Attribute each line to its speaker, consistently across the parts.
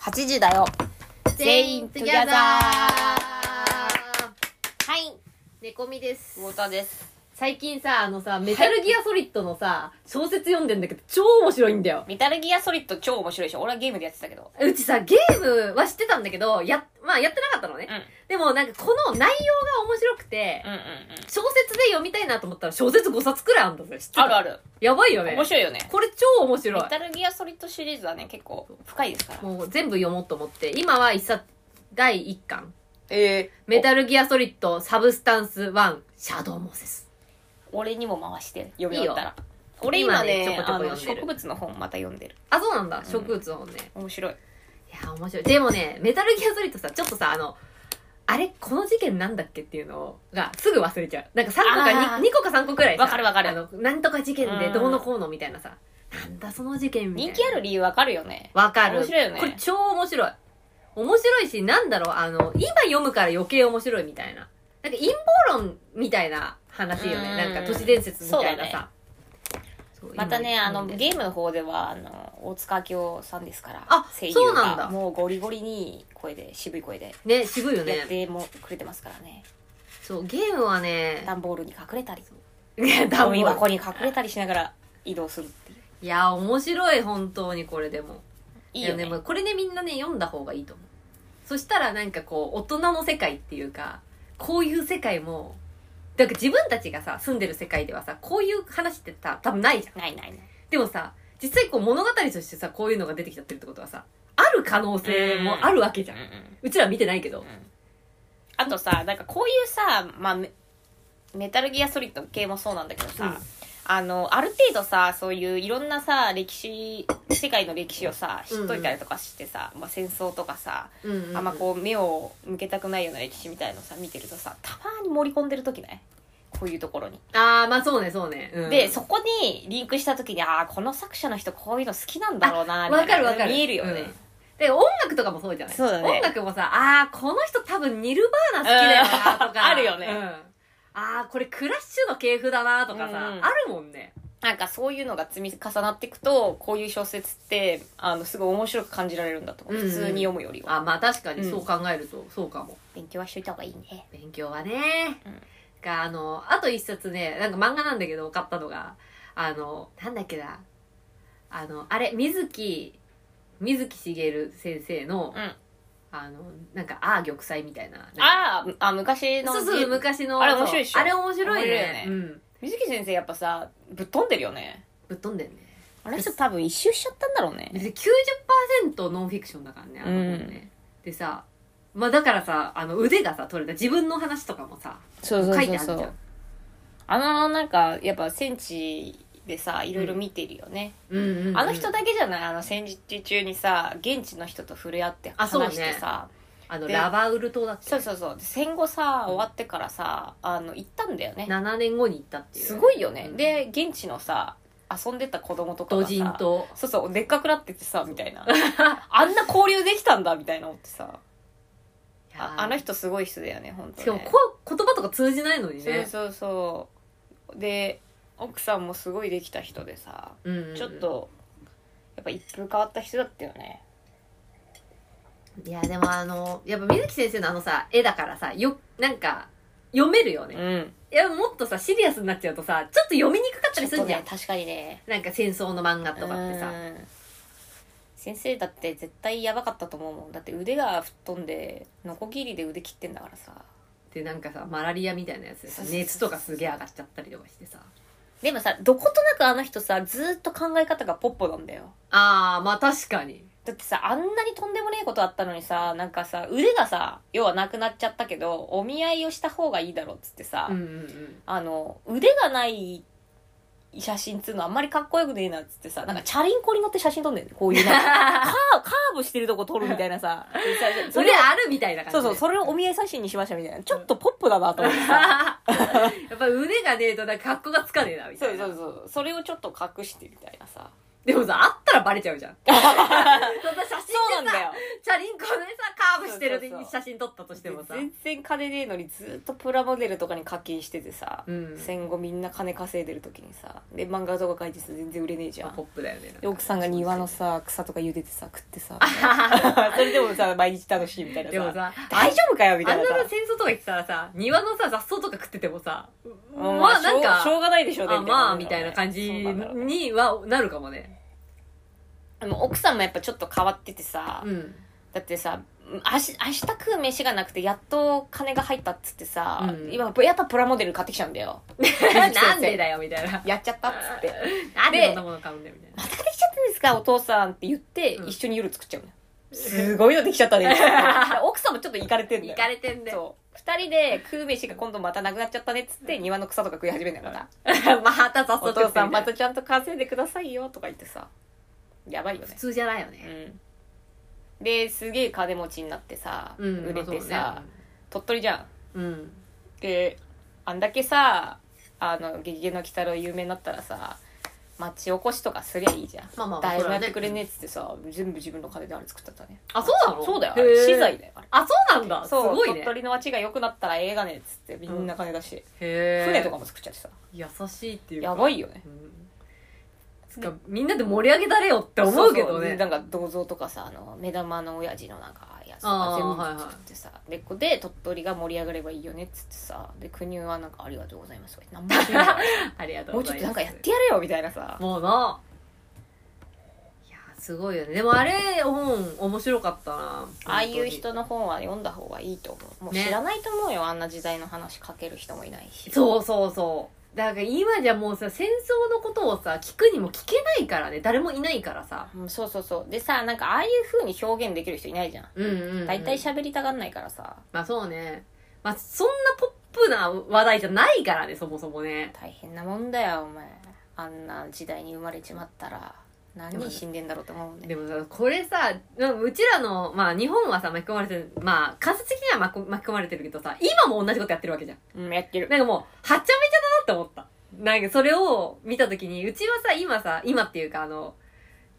Speaker 1: 8時だよ全員 together はい
Speaker 2: 猫みです
Speaker 1: 太田です
Speaker 2: 最近さあのさメタルギアソリッドのさ小説読んでんだけど超面白いんだよ
Speaker 1: メタルギアソリッド超面白いでしょ俺はゲームでやってたけど
Speaker 2: うちさゲームは知ってたんだけどやまあやってなかったのね、
Speaker 1: うん
Speaker 2: でもなんかこの内容が面白くて、
Speaker 1: うんうんうん
Speaker 2: 小説で読みたいなと思ったら小説5冊くらいあるんだぜ知ってた
Speaker 1: あるある
Speaker 2: やばいよね
Speaker 1: 面白いよね
Speaker 2: これ超面白
Speaker 1: メ
Speaker 2: い
Speaker 1: タルギアソリッドシリーズはね結構深いですから
Speaker 2: もう全部読もうと思って今は一冊第1巻
Speaker 1: え
Speaker 2: 「メタルギアソリッドサブスタンス1シャドウモーセス
Speaker 1: 俺にも回して読み終わったら俺
Speaker 2: 今
Speaker 1: 今ね
Speaker 2: ねちょこちょ
Speaker 1: あ
Speaker 2: こ
Speaker 1: の
Speaker 2: 読んでる
Speaker 1: 植物の本また読んでる」
Speaker 2: あそうなんだ植物の本ね、
Speaker 1: 面白い
Speaker 2: いや面白いでもねメタルギアソリッドさちょっとさあのあれこの事件なんだっけっていうのがすぐ忘れちゃうなんか3個か
Speaker 1: あー
Speaker 2: 2, 個か3個くらいさ
Speaker 1: わかるわかる
Speaker 2: あのなんとか事件でどうのこうのみたいなさなんだその事件みたい
Speaker 1: 人
Speaker 2: な
Speaker 1: 気ある理由わかるよね
Speaker 2: わかる
Speaker 1: 面白いよね
Speaker 2: これ超面白い面白いしなんだろうあの今読むから余計面白いみたいななんか陰謀論みたいな話よ
Speaker 1: う
Speaker 2: ね
Speaker 1: ん
Speaker 2: なんか都市伝説みたいなさ、そう
Speaker 1: またね
Speaker 2: 今
Speaker 1: あのゲームの方ではあの大塚明夫さんですから
Speaker 2: あ
Speaker 1: 声優
Speaker 2: そうなん
Speaker 1: が
Speaker 2: だ
Speaker 1: もうゴリゴリにいい声で渋い声で
Speaker 2: ね渋いよ
Speaker 1: やって
Speaker 2: ね
Speaker 1: もくれてますからね
Speaker 2: そうゲームはね
Speaker 1: 段ボールに隠れたり
Speaker 2: いや多
Speaker 1: ゴ
Speaker 2: 分
Speaker 1: ミ箱に隠れたりしながら移動するっていう
Speaker 2: いや面白い本当にこれでも
Speaker 1: いいよね
Speaker 2: やでもこれねみんなね読んだ方がいいと思うそしたらなんかこう大人の世界っていうかこういう世界もだから自分たちがさ住んでる世界ではさこういう話ってさ多分ないじゃん
Speaker 1: ないないない
Speaker 2: でもさ実際こう物語としてさこういうのが出てきちゃってるってことはさある可能性もあるわけじゃん、
Speaker 1: う
Speaker 2: うん
Speaker 1: うん
Speaker 2: ちらは見てないけど
Speaker 1: あとさなんかこういうさ、まあ、メメタルギアソリッド系もそうなんだけどさ、
Speaker 2: うん
Speaker 1: あのある程度さそういういろんなさ歴史世界の歴史をさ知っといたりとかしてさ、まあ、戦争とかさ、
Speaker 2: うんうんうん
Speaker 1: あんまこう目を向けたくないような歴史みたいのさ見てるとさたまに盛り込んでる時ないこういうところに、
Speaker 2: ああまあそうねそうね、うん
Speaker 1: でそこにリンクした時にああこの作者の人こういうの好きなんだろうな
Speaker 2: あ
Speaker 1: みたいな
Speaker 2: わかるわかる
Speaker 1: 見えるよね、
Speaker 2: うんで音楽とかもそうじゃない
Speaker 1: そうだね
Speaker 2: 音楽もさあーこの人多分ニルバーナ好きだよなと
Speaker 1: うん
Speaker 2: か
Speaker 1: あるよね
Speaker 2: うんあーこれクラッシュの系譜だなとかさ、
Speaker 1: うんうん
Speaker 2: あるもんね
Speaker 1: なんかそういうのが積み重なっていくとこういう小説ってあのすごい面白く感じられるんだと思う、
Speaker 2: うんうん
Speaker 1: 普通に読むよりは
Speaker 2: あまあ確か
Speaker 1: う
Speaker 2: に
Speaker 1: ん
Speaker 2: そう考えると、そうかも
Speaker 1: 勉強はしといた方がいいね
Speaker 2: 勉強はね、
Speaker 1: うん
Speaker 2: があのあと一冊ねなんか漫画なんだけど買ったのがあのなんだっけなあのあれ水木水木しげる先生の、
Speaker 1: うん
Speaker 2: あのなんかああ玉砕みたいな
Speaker 1: あーあ昔の
Speaker 2: そうそう昔の
Speaker 1: あれ面白いっしょ
Speaker 2: あれ面白いね
Speaker 1: 面白いよね
Speaker 2: うん
Speaker 1: 水木先生やっぱさぶっ飛んでるよね
Speaker 2: ぶっ飛んでるね
Speaker 1: あの人多分一周しちゃったんだろうね
Speaker 2: で90%ノンフィクションだからねあの本ね、でさまあだからさあの腕がさ取れた自分の話とかもさ
Speaker 1: そう
Speaker 2: 書いてあるじゃん
Speaker 1: あのなんかやっぱ戦地でさいろいろ見てるよね、
Speaker 2: うんうんうん
Speaker 1: あの人だけじゃないあの戦時中にさ現地の人と触れ合って
Speaker 2: あそうね
Speaker 1: 話してさ
Speaker 2: あの
Speaker 1: で
Speaker 2: ラバウル島だっけ
Speaker 1: そうそうそうで戦後さ終わってからさあの行ったんだよね
Speaker 2: 7年後に行ったっていう
Speaker 1: すごいよね、
Speaker 2: うん
Speaker 1: で現地のさ遊んでた子供とかが
Speaker 2: ド
Speaker 1: さ
Speaker 2: ジンと
Speaker 1: そうそうでっかくなっててさみたい なあんな交流できたんだみたいな思ってさああの人すごい人だよね本当
Speaker 2: し
Speaker 1: ね
Speaker 2: かもこ言葉とか通じないのにね
Speaker 1: そうそうそうで奥さんもすごいできた人でさ
Speaker 2: うんうんうん
Speaker 1: ちょっとやっぱ一風変わった人だったよね
Speaker 2: いやでもあのやっぱ水木先生のあのさ絵だからさよなんか読めるよね、
Speaker 1: う
Speaker 2: い
Speaker 1: ん
Speaker 2: やもっとさシリアスになっちゃうとさちょっと読みにくかった
Speaker 1: ちょ
Speaker 2: り
Speaker 1: っ
Speaker 2: する
Speaker 1: と
Speaker 2: じゃん、
Speaker 1: ね確かにね
Speaker 2: なんか戦争の漫画とかってさ
Speaker 1: うん先生だって絶対やばかったと思うもんだって腕が吹っ飛んでノコギリで腕切ってんだからさ
Speaker 2: でなんかさマラリアみたいなやつで
Speaker 1: そ
Speaker 2: さ
Speaker 1: うそうそう
Speaker 2: 熱とかすげえ上がっちゃったりとかしてさ
Speaker 1: でもさどことなくあの人さずーっと考え方がポッポなんだよ
Speaker 2: あーまあ確かに
Speaker 1: だってさあんなにとんでもねえことあったのにさなんかさ腕がさ要はなくなっちゃったけどお見合いをした方がいいだろうっつってさ、
Speaker 2: うんうんうん
Speaker 1: あの腕がない写真っつうのあんまりかっこよくねえなっつってさなんかチャリンコに乗って写真撮んだよねこういうなんか カーカーブしてるとこ撮るみたいなさでさ
Speaker 2: そ
Speaker 1: そ
Speaker 2: れ
Speaker 1: れを
Speaker 2: あるみたいな感じ
Speaker 1: そうそうそれをお見合い写真にしましたみたいなちょっとポップだなと思ってさ
Speaker 2: やっぱ腕がねえとなんか格好がつかねえなみた
Speaker 1: そ
Speaker 2: いうな
Speaker 1: そうそうそれをちょっと隠してみたいなさ
Speaker 2: でもさ、あったらバレち ゃうじゃん。そんな写
Speaker 1: そう
Speaker 2: 真
Speaker 1: な
Speaker 2: で
Speaker 1: んだ
Speaker 2: さ、
Speaker 1: よ
Speaker 2: チャリンコでさ、カーブして
Speaker 1: そ
Speaker 2: る
Speaker 1: うそうそう
Speaker 2: 写真撮ったとしてもさ。
Speaker 1: 全然金ねえのにずっとプラモデルとかに課金しててさ、
Speaker 2: うん。
Speaker 1: 戦後みんな金稼いでる時にさで漫画とか書いてさ全然売れねえじゃん
Speaker 2: ポップだよね。
Speaker 1: で奥さんが庭のさ草とか茹でてさ食ってさ
Speaker 2: あ
Speaker 1: それでも さ毎日楽しいみたいな
Speaker 2: でも
Speaker 1: さ
Speaker 2: さ、
Speaker 1: 大丈夫かよみた
Speaker 2: あ
Speaker 1: い
Speaker 2: ん
Speaker 1: な
Speaker 2: な
Speaker 1: さ
Speaker 2: 戦争とか言ってたらさ、庭のさ、雑草とか食っててもさ、ま
Speaker 1: うん
Speaker 2: あなん
Speaker 1: しょうしょ
Speaker 2: か、
Speaker 1: うがないでしょうね
Speaker 2: あまあみたいな感じ
Speaker 1: そうなんだろうね
Speaker 2: にはなるかもね。
Speaker 1: でも奥さんもやっぱちょっと変わっててさ、
Speaker 2: うん。
Speaker 1: だってさ明日明日食う飯がなくてやっと金が入ったっつってさ、
Speaker 2: うん
Speaker 1: 今やっぱプラモデル買ってきちゃうんだ よ
Speaker 2: なんでだよみたいな。
Speaker 1: やっちゃったっつって
Speaker 2: なんでこんなもの買うんだよみたい
Speaker 1: ま
Speaker 2: な。
Speaker 1: たできちゃったんですかお父さんって言って、
Speaker 2: うん
Speaker 1: 一緒に夜作っちゃうのよすごいのできちゃった ね奥さんもちょっといかれてんだ
Speaker 2: 行
Speaker 1: よ
Speaker 2: かれてんだよ。
Speaker 1: そう2人で食う飯が今度またなくなっちゃったねっつって庭の草とか食い始めんだ から、
Speaker 2: また雑草
Speaker 1: お
Speaker 2: 食
Speaker 1: 父
Speaker 2: って
Speaker 1: さ
Speaker 2: み
Speaker 1: ん
Speaker 2: た
Speaker 1: ま
Speaker 2: いな。
Speaker 1: たちゃんと稼いでくださいよとか言ってさやばいよ
Speaker 2: 普
Speaker 1: ね
Speaker 2: 通じゃないよ
Speaker 1: う
Speaker 2: ね。
Speaker 1: んですげえ金持ちになってさ、
Speaker 2: うん。
Speaker 1: 売れて
Speaker 2: まあ
Speaker 1: さ、。鳥取じゃん
Speaker 2: そうねうん。
Speaker 1: であんだけさあの「ゲゲゲの鬼太郎」有名になったらさ町おこしとかすりゃいいじゃん
Speaker 2: まあまあ、
Speaker 1: 誰もやってくれ
Speaker 2: そ
Speaker 1: ねえっつってさ全部自分の金であれ作ったったね
Speaker 2: あそうなの
Speaker 1: そうだよ
Speaker 2: へえ
Speaker 1: 資材だよあれ
Speaker 2: うだね。あ、そうなんだ。す
Speaker 1: そう
Speaker 2: ごいね
Speaker 1: 鳥。取の町が良くなったらええがねっつってみんな金出して、
Speaker 2: へ
Speaker 1: 船とかも作っちゃってさ
Speaker 2: 優しいっていうか
Speaker 1: やばいよね
Speaker 2: うんつかみんなで盛り上げたれよって思うけど
Speaker 1: そそ
Speaker 2: ね
Speaker 1: なんか銅像とかさあの目玉の親父のなんかやつとか
Speaker 2: あー
Speaker 1: 全部作ってさ、でここで鳥取が盛り上がればいいよねっつってさで国はなんか「ありがとうございます」とか言って 何もしない
Speaker 2: ありがとう
Speaker 1: も
Speaker 2: ご
Speaker 1: うちょ
Speaker 2: ざ
Speaker 1: っとなん
Speaker 2: います
Speaker 1: かやってやれよみたいなさ
Speaker 2: もうないやすごいよねでもあれ本面白かったな
Speaker 1: ああいう人の本は読んだ方がいいと思うもう
Speaker 2: ね
Speaker 1: 知らないと思うよ、あんな時代の話書ける人もいないし
Speaker 2: そうそうそうだから今じゃもうさ戦争のことをさ聞くにも聞けないからね誰もいないからさ
Speaker 1: うんそうそうそうでさなんかああいう風に表現できる人いないじゃん
Speaker 2: うんうん、うん、
Speaker 1: 大体喋りたがんないからさ
Speaker 2: まあそうねまあそんなポップな話題じゃないからねそもそもね
Speaker 1: 大変なもんだよお前あんな時代に生まれちまったら何人死んでんだろうと思うね
Speaker 2: でもさこれさなんかうちらの、まあ、日本はさ巻き込まれてるまあ間接的には巻き巻き込まれてるけどさ今も同じことやってるわけじゃん
Speaker 1: うんやってる
Speaker 2: なんかもうはっちゃめちゃだなって思ったなんかそれを見た時にうちはさ今さ今っていうかあの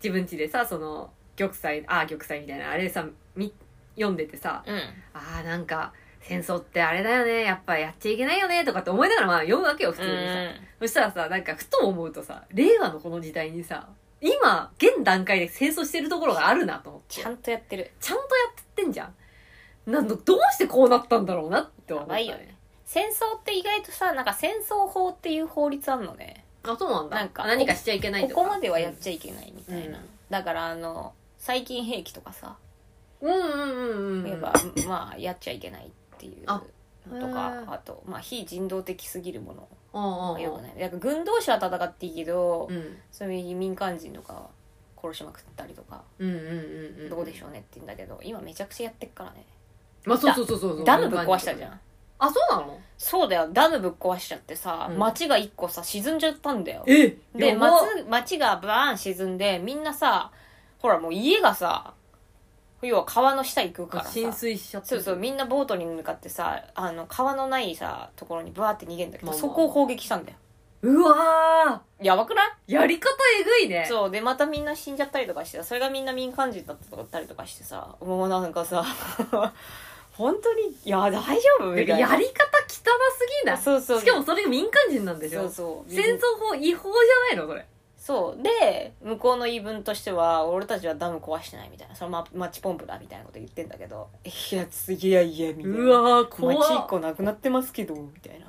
Speaker 2: 自分家でさその玉砕ああ玉砕みたいなあれさみ読んでてさ
Speaker 1: うん
Speaker 2: ああなんか戦争ってあれだよねやっぱやっちゃいけないよねとかって思いながらまあ読むわけよ普通にさ、そしたらさ、なんかふと思うとさ、令和のこの時代にさ、今、現段階で戦争してるところがあるなと思って。
Speaker 1: ちゃんとやってる
Speaker 2: ちゃんとやってんじゃん。なんだ、どうしてこうなったんだろうなって思った、
Speaker 1: やばいよ戦争って意外とさなんか戦争法っていう法律あんのね
Speaker 2: あ、そうなんだ。
Speaker 1: なんか
Speaker 2: 何かしちゃいけない
Speaker 1: こと
Speaker 2: か。
Speaker 1: こまではやっちゃいけないみたいな、
Speaker 2: うん
Speaker 1: だからあの最近兵器とかさ、
Speaker 2: うんうんうんうん。
Speaker 1: 言えばまあやっちゃいけないっていうの
Speaker 2: あ
Speaker 1: と
Speaker 2: へ
Speaker 1: か
Speaker 2: ー
Speaker 1: あとまあ非人道的すぎるもの
Speaker 2: うんうん
Speaker 1: はよくないなんか軍同士は戦っていいけど、
Speaker 2: うん。
Speaker 1: そういう民間人とかは殺しまくったりとか
Speaker 2: うんうんうんうん。
Speaker 1: どうでしょ
Speaker 2: う
Speaker 1: うねって言うんだけど今めちゃくちゃやってっからね
Speaker 2: まあそうそうそうそう。
Speaker 1: ダムぶっ壊したじゃ
Speaker 2: ん。
Speaker 1: ん
Speaker 2: あ、そうなの
Speaker 1: そうだよダムぶっ壊しちゃってさ、
Speaker 2: うん
Speaker 1: 町が一個さ沈んじゃったんだよ
Speaker 2: え
Speaker 1: で
Speaker 2: やば
Speaker 1: 町町がバーン沈んでみんなさほらもう家がさ要は川の下行くからさ
Speaker 2: 浸水しちゃって
Speaker 1: そう
Speaker 2: る
Speaker 1: そうみんなボートに向かってさあの川のないさところにバーって逃げんだけど、
Speaker 2: まあまあ
Speaker 1: そこを攻撃したんだよ
Speaker 2: うわ
Speaker 1: やばくない
Speaker 2: ーやり方えぐいね。
Speaker 1: そうでまたみんな死んじゃったりとかしてそれがみんな民間人だったりとかしてさもうなんかさ 本当にいや大丈夫
Speaker 2: なん
Speaker 1: み
Speaker 2: か
Speaker 1: たいな
Speaker 2: やり方汚すぎない
Speaker 1: そうそう
Speaker 2: しかもそれが民間人なんでし
Speaker 1: そ
Speaker 2: ょ
Speaker 1: うそう
Speaker 2: 戦争法違法じゃないのそれ。
Speaker 1: そうで向こうの言い分としては俺たちはダム壊してないみたいなそのママッチポンプだみたいなこと言ってんだけどいやついやいやみたいな
Speaker 2: うわ
Speaker 1: マッ
Speaker 2: ー、
Speaker 1: チ一
Speaker 2: 怖っ
Speaker 1: 個なくなってますけどみたいな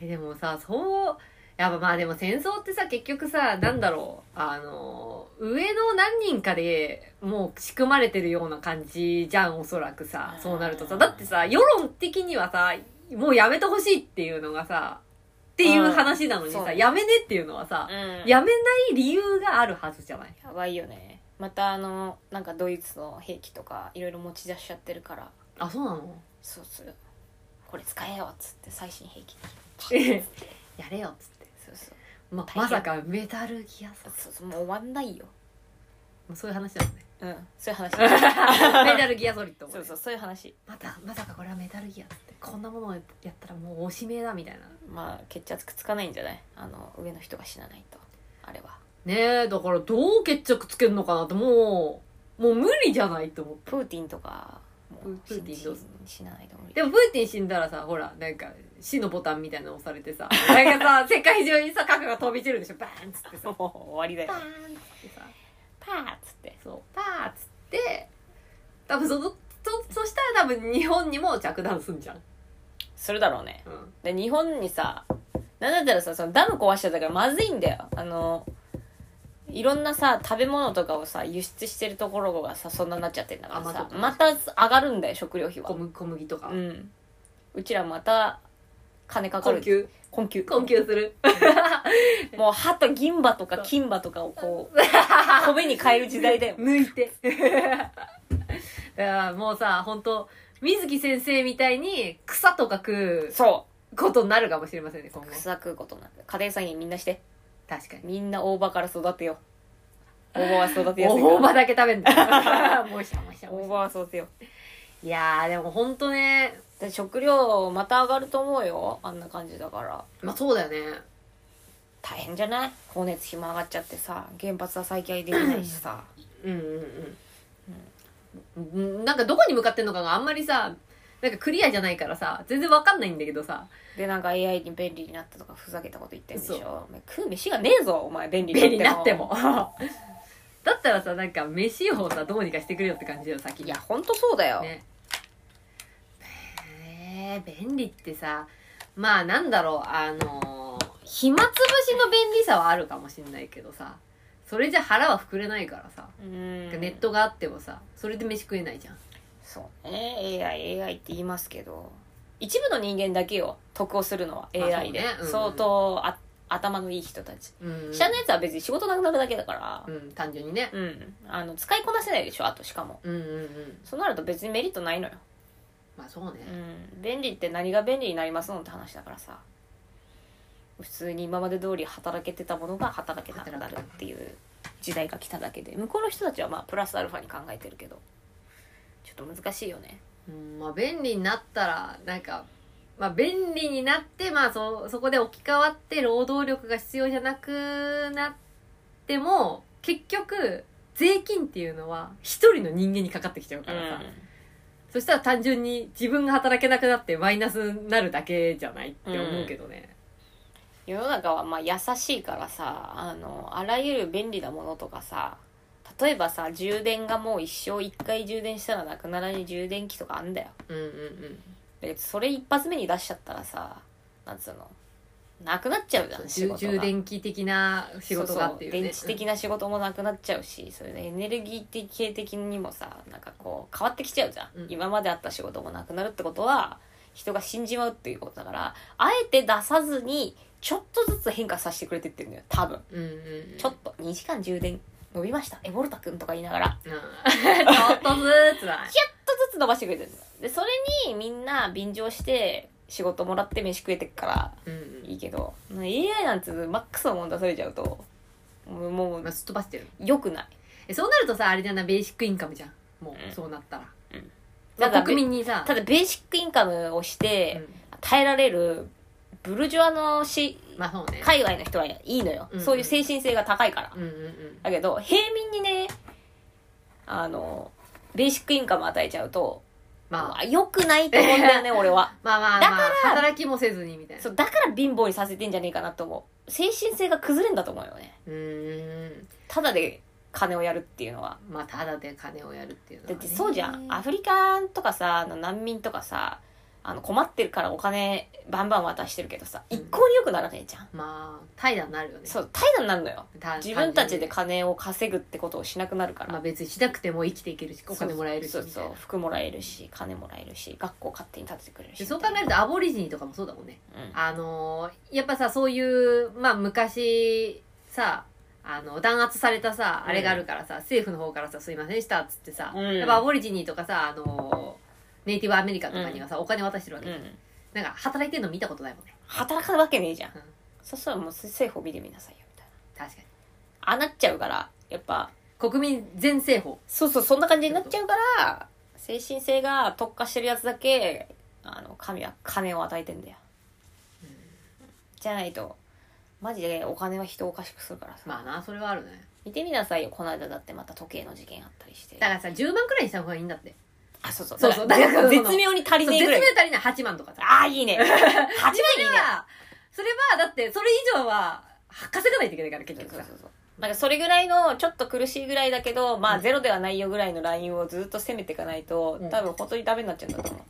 Speaker 2: えでもさ、そう、やっぱまあでも戦争ってさ、結局さ、なんだろう、あの、上の何人かでもう仕組まれてるような感じじゃん、おそらくさ
Speaker 1: う。ん
Speaker 2: そうなるとさ、だってさ、世論的にはさ、もうやめてほしいっていうのがさ、っていう話なのに
Speaker 1: うんそ
Speaker 2: さ、
Speaker 1: う
Speaker 2: やめねっていうのはさ、
Speaker 1: うんや
Speaker 2: やめない理由があるはずじゃない
Speaker 1: ばいよねまたあのなんかドイツの兵器とかいろいろ持ち出しちゃってるから
Speaker 2: あ、そうなの
Speaker 1: そうそうこれ使えよっつって最新兵器
Speaker 2: えやれよっつって。
Speaker 1: そうそう
Speaker 2: ま
Speaker 1: 大変
Speaker 2: まさかメタルギアさん
Speaker 1: そうそうもう終わんないよ
Speaker 2: まあそういう話だもん ね
Speaker 1: うんそういう話
Speaker 2: メタルギアソリッドもね
Speaker 1: そうそうそういう話
Speaker 2: またまさかこれはメタルギアってこんなものをやったらもうおしめだみたいな
Speaker 1: まあ決着つかないんじゃないあの上の人が死なないとあれは
Speaker 2: ねえ、だからどう決着つけるのかなって、もう、もう無理じゃないと思って。
Speaker 1: プーティンとかも
Speaker 2: プーティンどうす
Speaker 1: 死死なないと思う
Speaker 2: でも、プーティン死んだらさ、ほら、なんか、死のボタンみたいなの押されて さ、なんかさ、世界中にさ、核が飛び散るでしょ、バーンっつってさ、
Speaker 1: もう終わりだよ
Speaker 2: バーンっつってさ、
Speaker 1: パーッつって
Speaker 2: そう、パーっつって、多分その、そ、そしたら多分日本にも着弾すんじゃん。
Speaker 1: するだろうね
Speaker 2: うん。
Speaker 1: で日本にさなんだったらさそのダム壊しちゃったからまずいんだよあのいろんなさ食べ物とかをさ輸出してるところがさそんなになっちゃってんだから
Speaker 2: あまあそ
Speaker 1: さ
Speaker 2: うか
Speaker 1: また上がるんだよ食料費は
Speaker 2: 小麦小麦とか。
Speaker 1: うんうちらまた金かかる
Speaker 2: 困窮
Speaker 1: 困窮
Speaker 2: 困窮する。
Speaker 1: もう歯と銀歯とか金歯とかをこ う米に変える時代だよ
Speaker 2: 抜いて。 だからもうさ、本当水木先生みたいに草とか食
Speaker 1: そう
Speaker 2: ことになるかもしれませんね、今後
Speaker 1: う。草食うことになる家庭菜園みんなして
Speaker 2: 確かに。
Speaker 1: みんな大葉から育てよう 大葉は育てやすいから
Speaker 2: 大葉だけ食 べんだ。もしゃもしゃも
Speaker 1: 大
Speaker 2: し
Speaker 1: 葉
Speaker 2: ゃ。
Speaker 1: は育てよう
Speaker 2: いやー、でも本当ね、
Speaker 1: で食料また上がると思うよあんな感じだから
Speaker 2: まあそうだよね。
Speaker 1: 大変じゃない光熱費も上がっちゃってさ原発は再開できないしさ
Speaker 2: うんうんうん。うん、なんかどこに向かってんのかがあんまりさ、なんかクリアじゃないからさ、全然わかんないんだけどさ、
Speaker 1: でなんか AI に便利になったとかふざけたこと言ってんでしょ
Speaker 2: そ
Speaker 1: お前食う飯がねえぞお前便利
Speaker 2: 便利になっても。だったらさ、なんか飯をさ、どうにかしてくれよって感じだよ、先に。
Speaker 1: いやほんとそうだよ、
Speaker 2: ねえー便利ってさまあなんだろうあのー暇つぶしの便利さはあるかもしんないけどさそれじゃ腹は膨れないからさ、
Speaker 1: うん
Speaker 2: ネットがあってもさそれで飯食えないじゃん
Speaker 1: そうね AIAI って言いますけど一部の人間だけよ得をするのは AI で、
Speaker 2: まあそうねうんうん
Speaker 1: 相当あ頭のいい人たち
Speaker 2: うん
Speaker 1: 下のやつは別に仕事なくなるだけだから
Speaker 2: うん単純にね
Speaker 1: うん、あの使いこなせないでしょあとしかも
Speaker 2: うんうんうん
Speaker 1: そうなると別にメリットないのよ、
Speaker 2: まあそうね
Speaker 1: うん、便利って何が便利になりますのって話だからさ普通に今まで通り働けてたものが働けなくなるっていう時代が来ただけで向こうの人たちはまあプラスアルファに考えてるけどちょっと難しいよね
Speaker 2: うんまあ便利になったらなんかまあ便利になってまあそそこで置き換わって労働力が必要じゃなくなっても結局税金っていうのは一人の人間にかかってきちゃうからさ、そしたら単純に自分が働けなくなってマイナスになるだけじゃないって思うけどね、
Speaker 1: 世の中はまあ優しいからさあのあらゆる便利なものとかさ例えばさ充電がもう一生一回充電したらなくならない充電器とかあんだよ
Speaker 2: うん、うん
Speaker 1: だけどそれ一発目に出しちゃったらさなんつうのなくなっちゃうじゃ
Speaker 2: うんん
Speaker 1: 仕
Speaker 2: 充
Speaker 1: 事が
Speaker 2: 充電器的な仕事がっていうね
Speaker 1: そうそう電池的な仕事もなくなっちゃうしそれでエネルギー系的にもさなんかこう変わってきちゃうじゃん、
Speaker 2: うん
Speaker 1: 今まであった仕事もなくなるってことは人が死んじまうっていうことだからあえて出さずにちょっとずつ変化させてくれてってるのよ多分
Speaker 2: うんうんうん
Speaker 1: ちょっと2時間充電伸びましたエボルタ君とか言いながら
Speaker 2: うんちょっとずつ だね
Speaker 1: ちょっとずつ伸ばしてくれてるのでそれにみんな便乗して仕事もらって飯食えてっから
Speaker 2: うん
Speaker 1: いいけど AI なんつうマックスのもん出されちゃうともうも
Speaker 2: うんまあ
Speaker 1: う
Speaker 2: すっ飛ばしてる
Speaker 1: 良くない
Speaker 2: えそうなるとさあれじゃないベーシックインカムじゃんもう、
Speaker 1: うん
Speaker 2: そうなったら、
Speaker 1: うん
Speaker 2: ま
Speaker 1: た
Speaker 2: あ
Speaker 1: だ
Speaker 2: 国民にさ
Speaker 1: ただベーシックインカムをして耐えられるブルジョアのし
Speaker 2: うん、まあそうね
Speaker 1: 界隈の人はいいのよ、
Speaker 2: うん
Speaker 1: そういう精神性が高いから、
Speaker 2: うんうんうん
Speaker 1: だけど平民にねあのベーシックインカム与えちゃうと、
Speaker 2: まあ
Speaker 1: よくないと思うん だよね俺は
Speaker 2: まあまあ、
Speaker 1: だ
Speaker 2: ま
Speaker 1: か
Speaker 2: あ、働きもせずにみたいな
Speaker 1: そうだから貧乏にさせてんじゃねえかなと思う精神性が崩れんだと思うよね
Speaker 2: うーん
Speaker 1: ただで金をやるっていうのは
Speaker 2: まあただで金をやるっていうの
Speaker 1: だ
Speaker 2: はね、
Speaker 1: ってそうじゃんアフリカンとかさあの難民とかさあの困ってるからお金バンバン渡してるけどさ
Speaker 2: うん
Speaker 1: 一向によくならねえじゃん、
Speaker 2: まあ怠惰になるよね
Speaker 1: そう怠惰になるのよ
Speaker 2: た
Speaker 1: 自分たちで
Speaker 2: 単
Speaker 1: 金を稼ぐってことをしなくなるか
Speaker 2: 純にま
Speaker 1: ら、
Speaker 2: あ別にしなくても生きていけるしお金もらえるし
Speaker 1: そう
Speaker 2: みた
Speaker 1: そ
Speaker 2: いう
Speaker 1: そ
Speaker 2: な
Speaker 1: う服もらえるし金もらえるし学校勝手に建ててくれるし
Speaker 2: でそう考えるとアボリジニとかもそうだもんね
Speaker 1: うん
Speaker 2: あのーやっぱさそういうまあ昔さあの弾圧されたさ
Speaker 1: うん
Speaker 2: あれがあるからさ、政府の方からさ「すいませんでした」っつってさ、
Speaker 1: うん
Speaker 2: やっぱアボリジニとかさあのーネイティブアメリカンとかにはさ、お金渡してるわけ、
Speaker 1: うん
Speaker 2: なんか働いてるの見たことないもんね
Speaker 1: 働かんわけねえじゃん、
Speaker 2: うん
Speaker 1: そしたらもう政府を見てみなさいよみたいな
Speaker 2: 確か
Speaker 1: ああなっちゃうからやっぱ
Speaker 2: に国民全政法
Speaker 1: そうそうそんな感じになっちゃうから精神性が特化してるやつだけあの神は金を与えてんだよ、じゃないとマジでお金は人をおかしくするからさ、
Speaker 2: まあなそれはあるね
Speaker 1: 見てみなさいよこの間だってまた時計の事件あったりして
Speaker 2: だからさ10万くらいにした方がいいんだって
Speaker 1: あそうそう
Speaker 2: そうそう
Speaker 1: だから
Speaker 2: だから
Speaker 1: 絶妙に足り
Speaker 2: そう
Speaker 1: ねえ
Speaker 2: 絶
Speaker 1: ぐら
Speaker 2: 妙
Speaker 1: い
Speaker 2: 足りない8万とかさ
Speaker 1: ああいい ね8万いいね
Speaker 2: はそれはだってそれ以上は稼がないといけないから結局
Speaker 1: そう
Speaker 2: さ
Speaker 1: そうそうなんかそれぐらいのちょっと苦しいぐらいだけどま
Speaker 2: う
Speaker 1: あ
Speaker 2: ん
Speaker 1: ゼロではないよぐらいのラインをずっと攻めていかないと
Speaker 2: うん
Speaker 1: 多分本当にダメになっちゃうんだと思う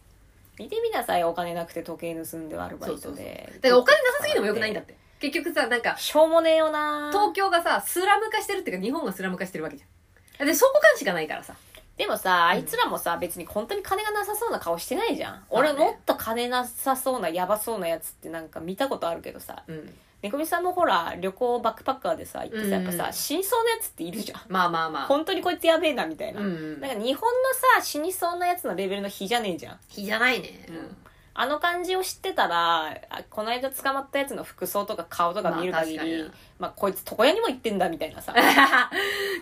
Speaker 1: 見てみなさいお金なくて時計盗んでアルバイ
Speaker 2: そう
Speaker 1: ト
Speaker 2: そうそう
Speaker 1: で
Speaker 2: だからお金なさすぎてもよくないんだって結局さなんか
Speaker 1: しょうもねえよな
Speaker 2: 東京がさスラム化してるっていうか日本がスラム化してるわけじゃんでそこ監視がないからさ
Speaker 1: でもさあいつらもさ別に本当に金がなさそうな顔してないじゃん俺
Speaker 2: まあね
Speaker 1: もっと金なさそうなやばそうなやつってなんか見たことあるけどさ
Speaker 2: うん
Speaker 1: ねこみさんもほら旅行バックパッカーでさ行ってさやっぱ
Speaker 2: うん
Speaker 1: さ
Speaker 2: うん
Speaker 1: 死にそうなやつっているじゃん
Speaker 2: まあまあまあ
Speaker 1: 本当にこいつやべえなみたいな
Speaker 2: うんうん
Speaker 1: なんか日本のさ死にそうなやつのレベルの比じゃねえじゃん
Speaker 2: 日じゃないね
Speaker 1: うんあの感じを知ってたらあこの間捕まったやつの服装とか顔とか見る限
Speaker 2: まあ
Speaker 1: り、
Speaker 2: 確
Speaker 1: まあ
Speaker 2: かに
Speaker 1: こいつ床屋にも行ってんだみたいな さ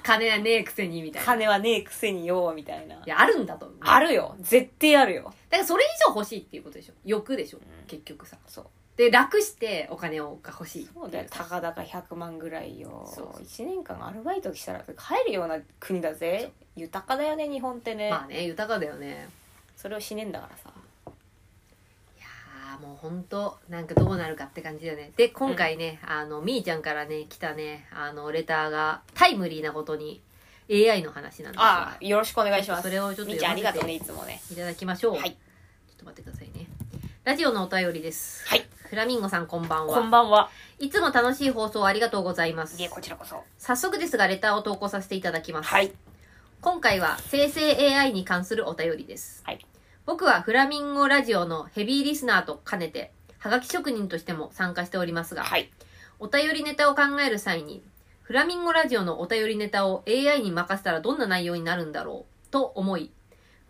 Speaker 2: 金ねえくせにみたいない
Speaker 1: 金はねえくせによみたいな
Speaker 2: やあるんだと思う
Speaker 1: あるよ絶対あるよ
Speaker 2: だからそれ以上欲しいっていうことでしょ欲でしょ、
Speaker 1: ん
Speaker 2: 結局さ
Speaker 1: そう
Speaker 2: で楽してお金をが欲しいってい
Speaker 1: そうだよたかだか100万ぐらいよ
Speaker 2: そうそう
Speaker 1: 1年間アルバイトしたら帰るような国だぜ豊かだよね日本ってね、
Speaker 2: まあね豊かだよね
Speaker 1: それをしねえんだからさ
Speaker 2: いやーもうほんとなんかどうなるかって感じだよねで今回ね、あのみーちゃんからね来たねあのレターがタイムリーなことに AI の話なんです
Speaker 1: あ
Speaker 2: が
Speaker 1: あよろしくお願いします
Speaker 2: それをちょっと
Speaker 1: みーちゃんあり
Speaker 2: 読ま
Speaker 1: が
Speaker 2: せ
Speaker 1: とう
Speaker 2: て
Speaker 1: ねいつもね
Speaker 2: いただきましょう、
Speaker 1: はい
Speaker 2: ちょっと待ってくださいねラジオのお便りです
Speaker 1: はい
Speaker 2: フラミンゴさんこんばんは
Speaker 1: こんばんはい
Speaker 2: つも楽しい放送ありがとうございます
Speaker 1: いえこちらこそ
Speaker 2: 早速ですがレターを投稿させていただきます、
Speaker 1: はい
Speaker 2: 今回は生成 AI に関するお便りです、
Speaker 1: はい
Speaker 2: 僕はフラミンゴラジオのヘビーリスナーと兼ねてはがき職人としても参加しておりますが、
Speaker 1: はい
Speaker 2: お便りネタを考える際にフラミンゴラジオのお便りネタを AI に任せたらどんな内容になるんだろうと思い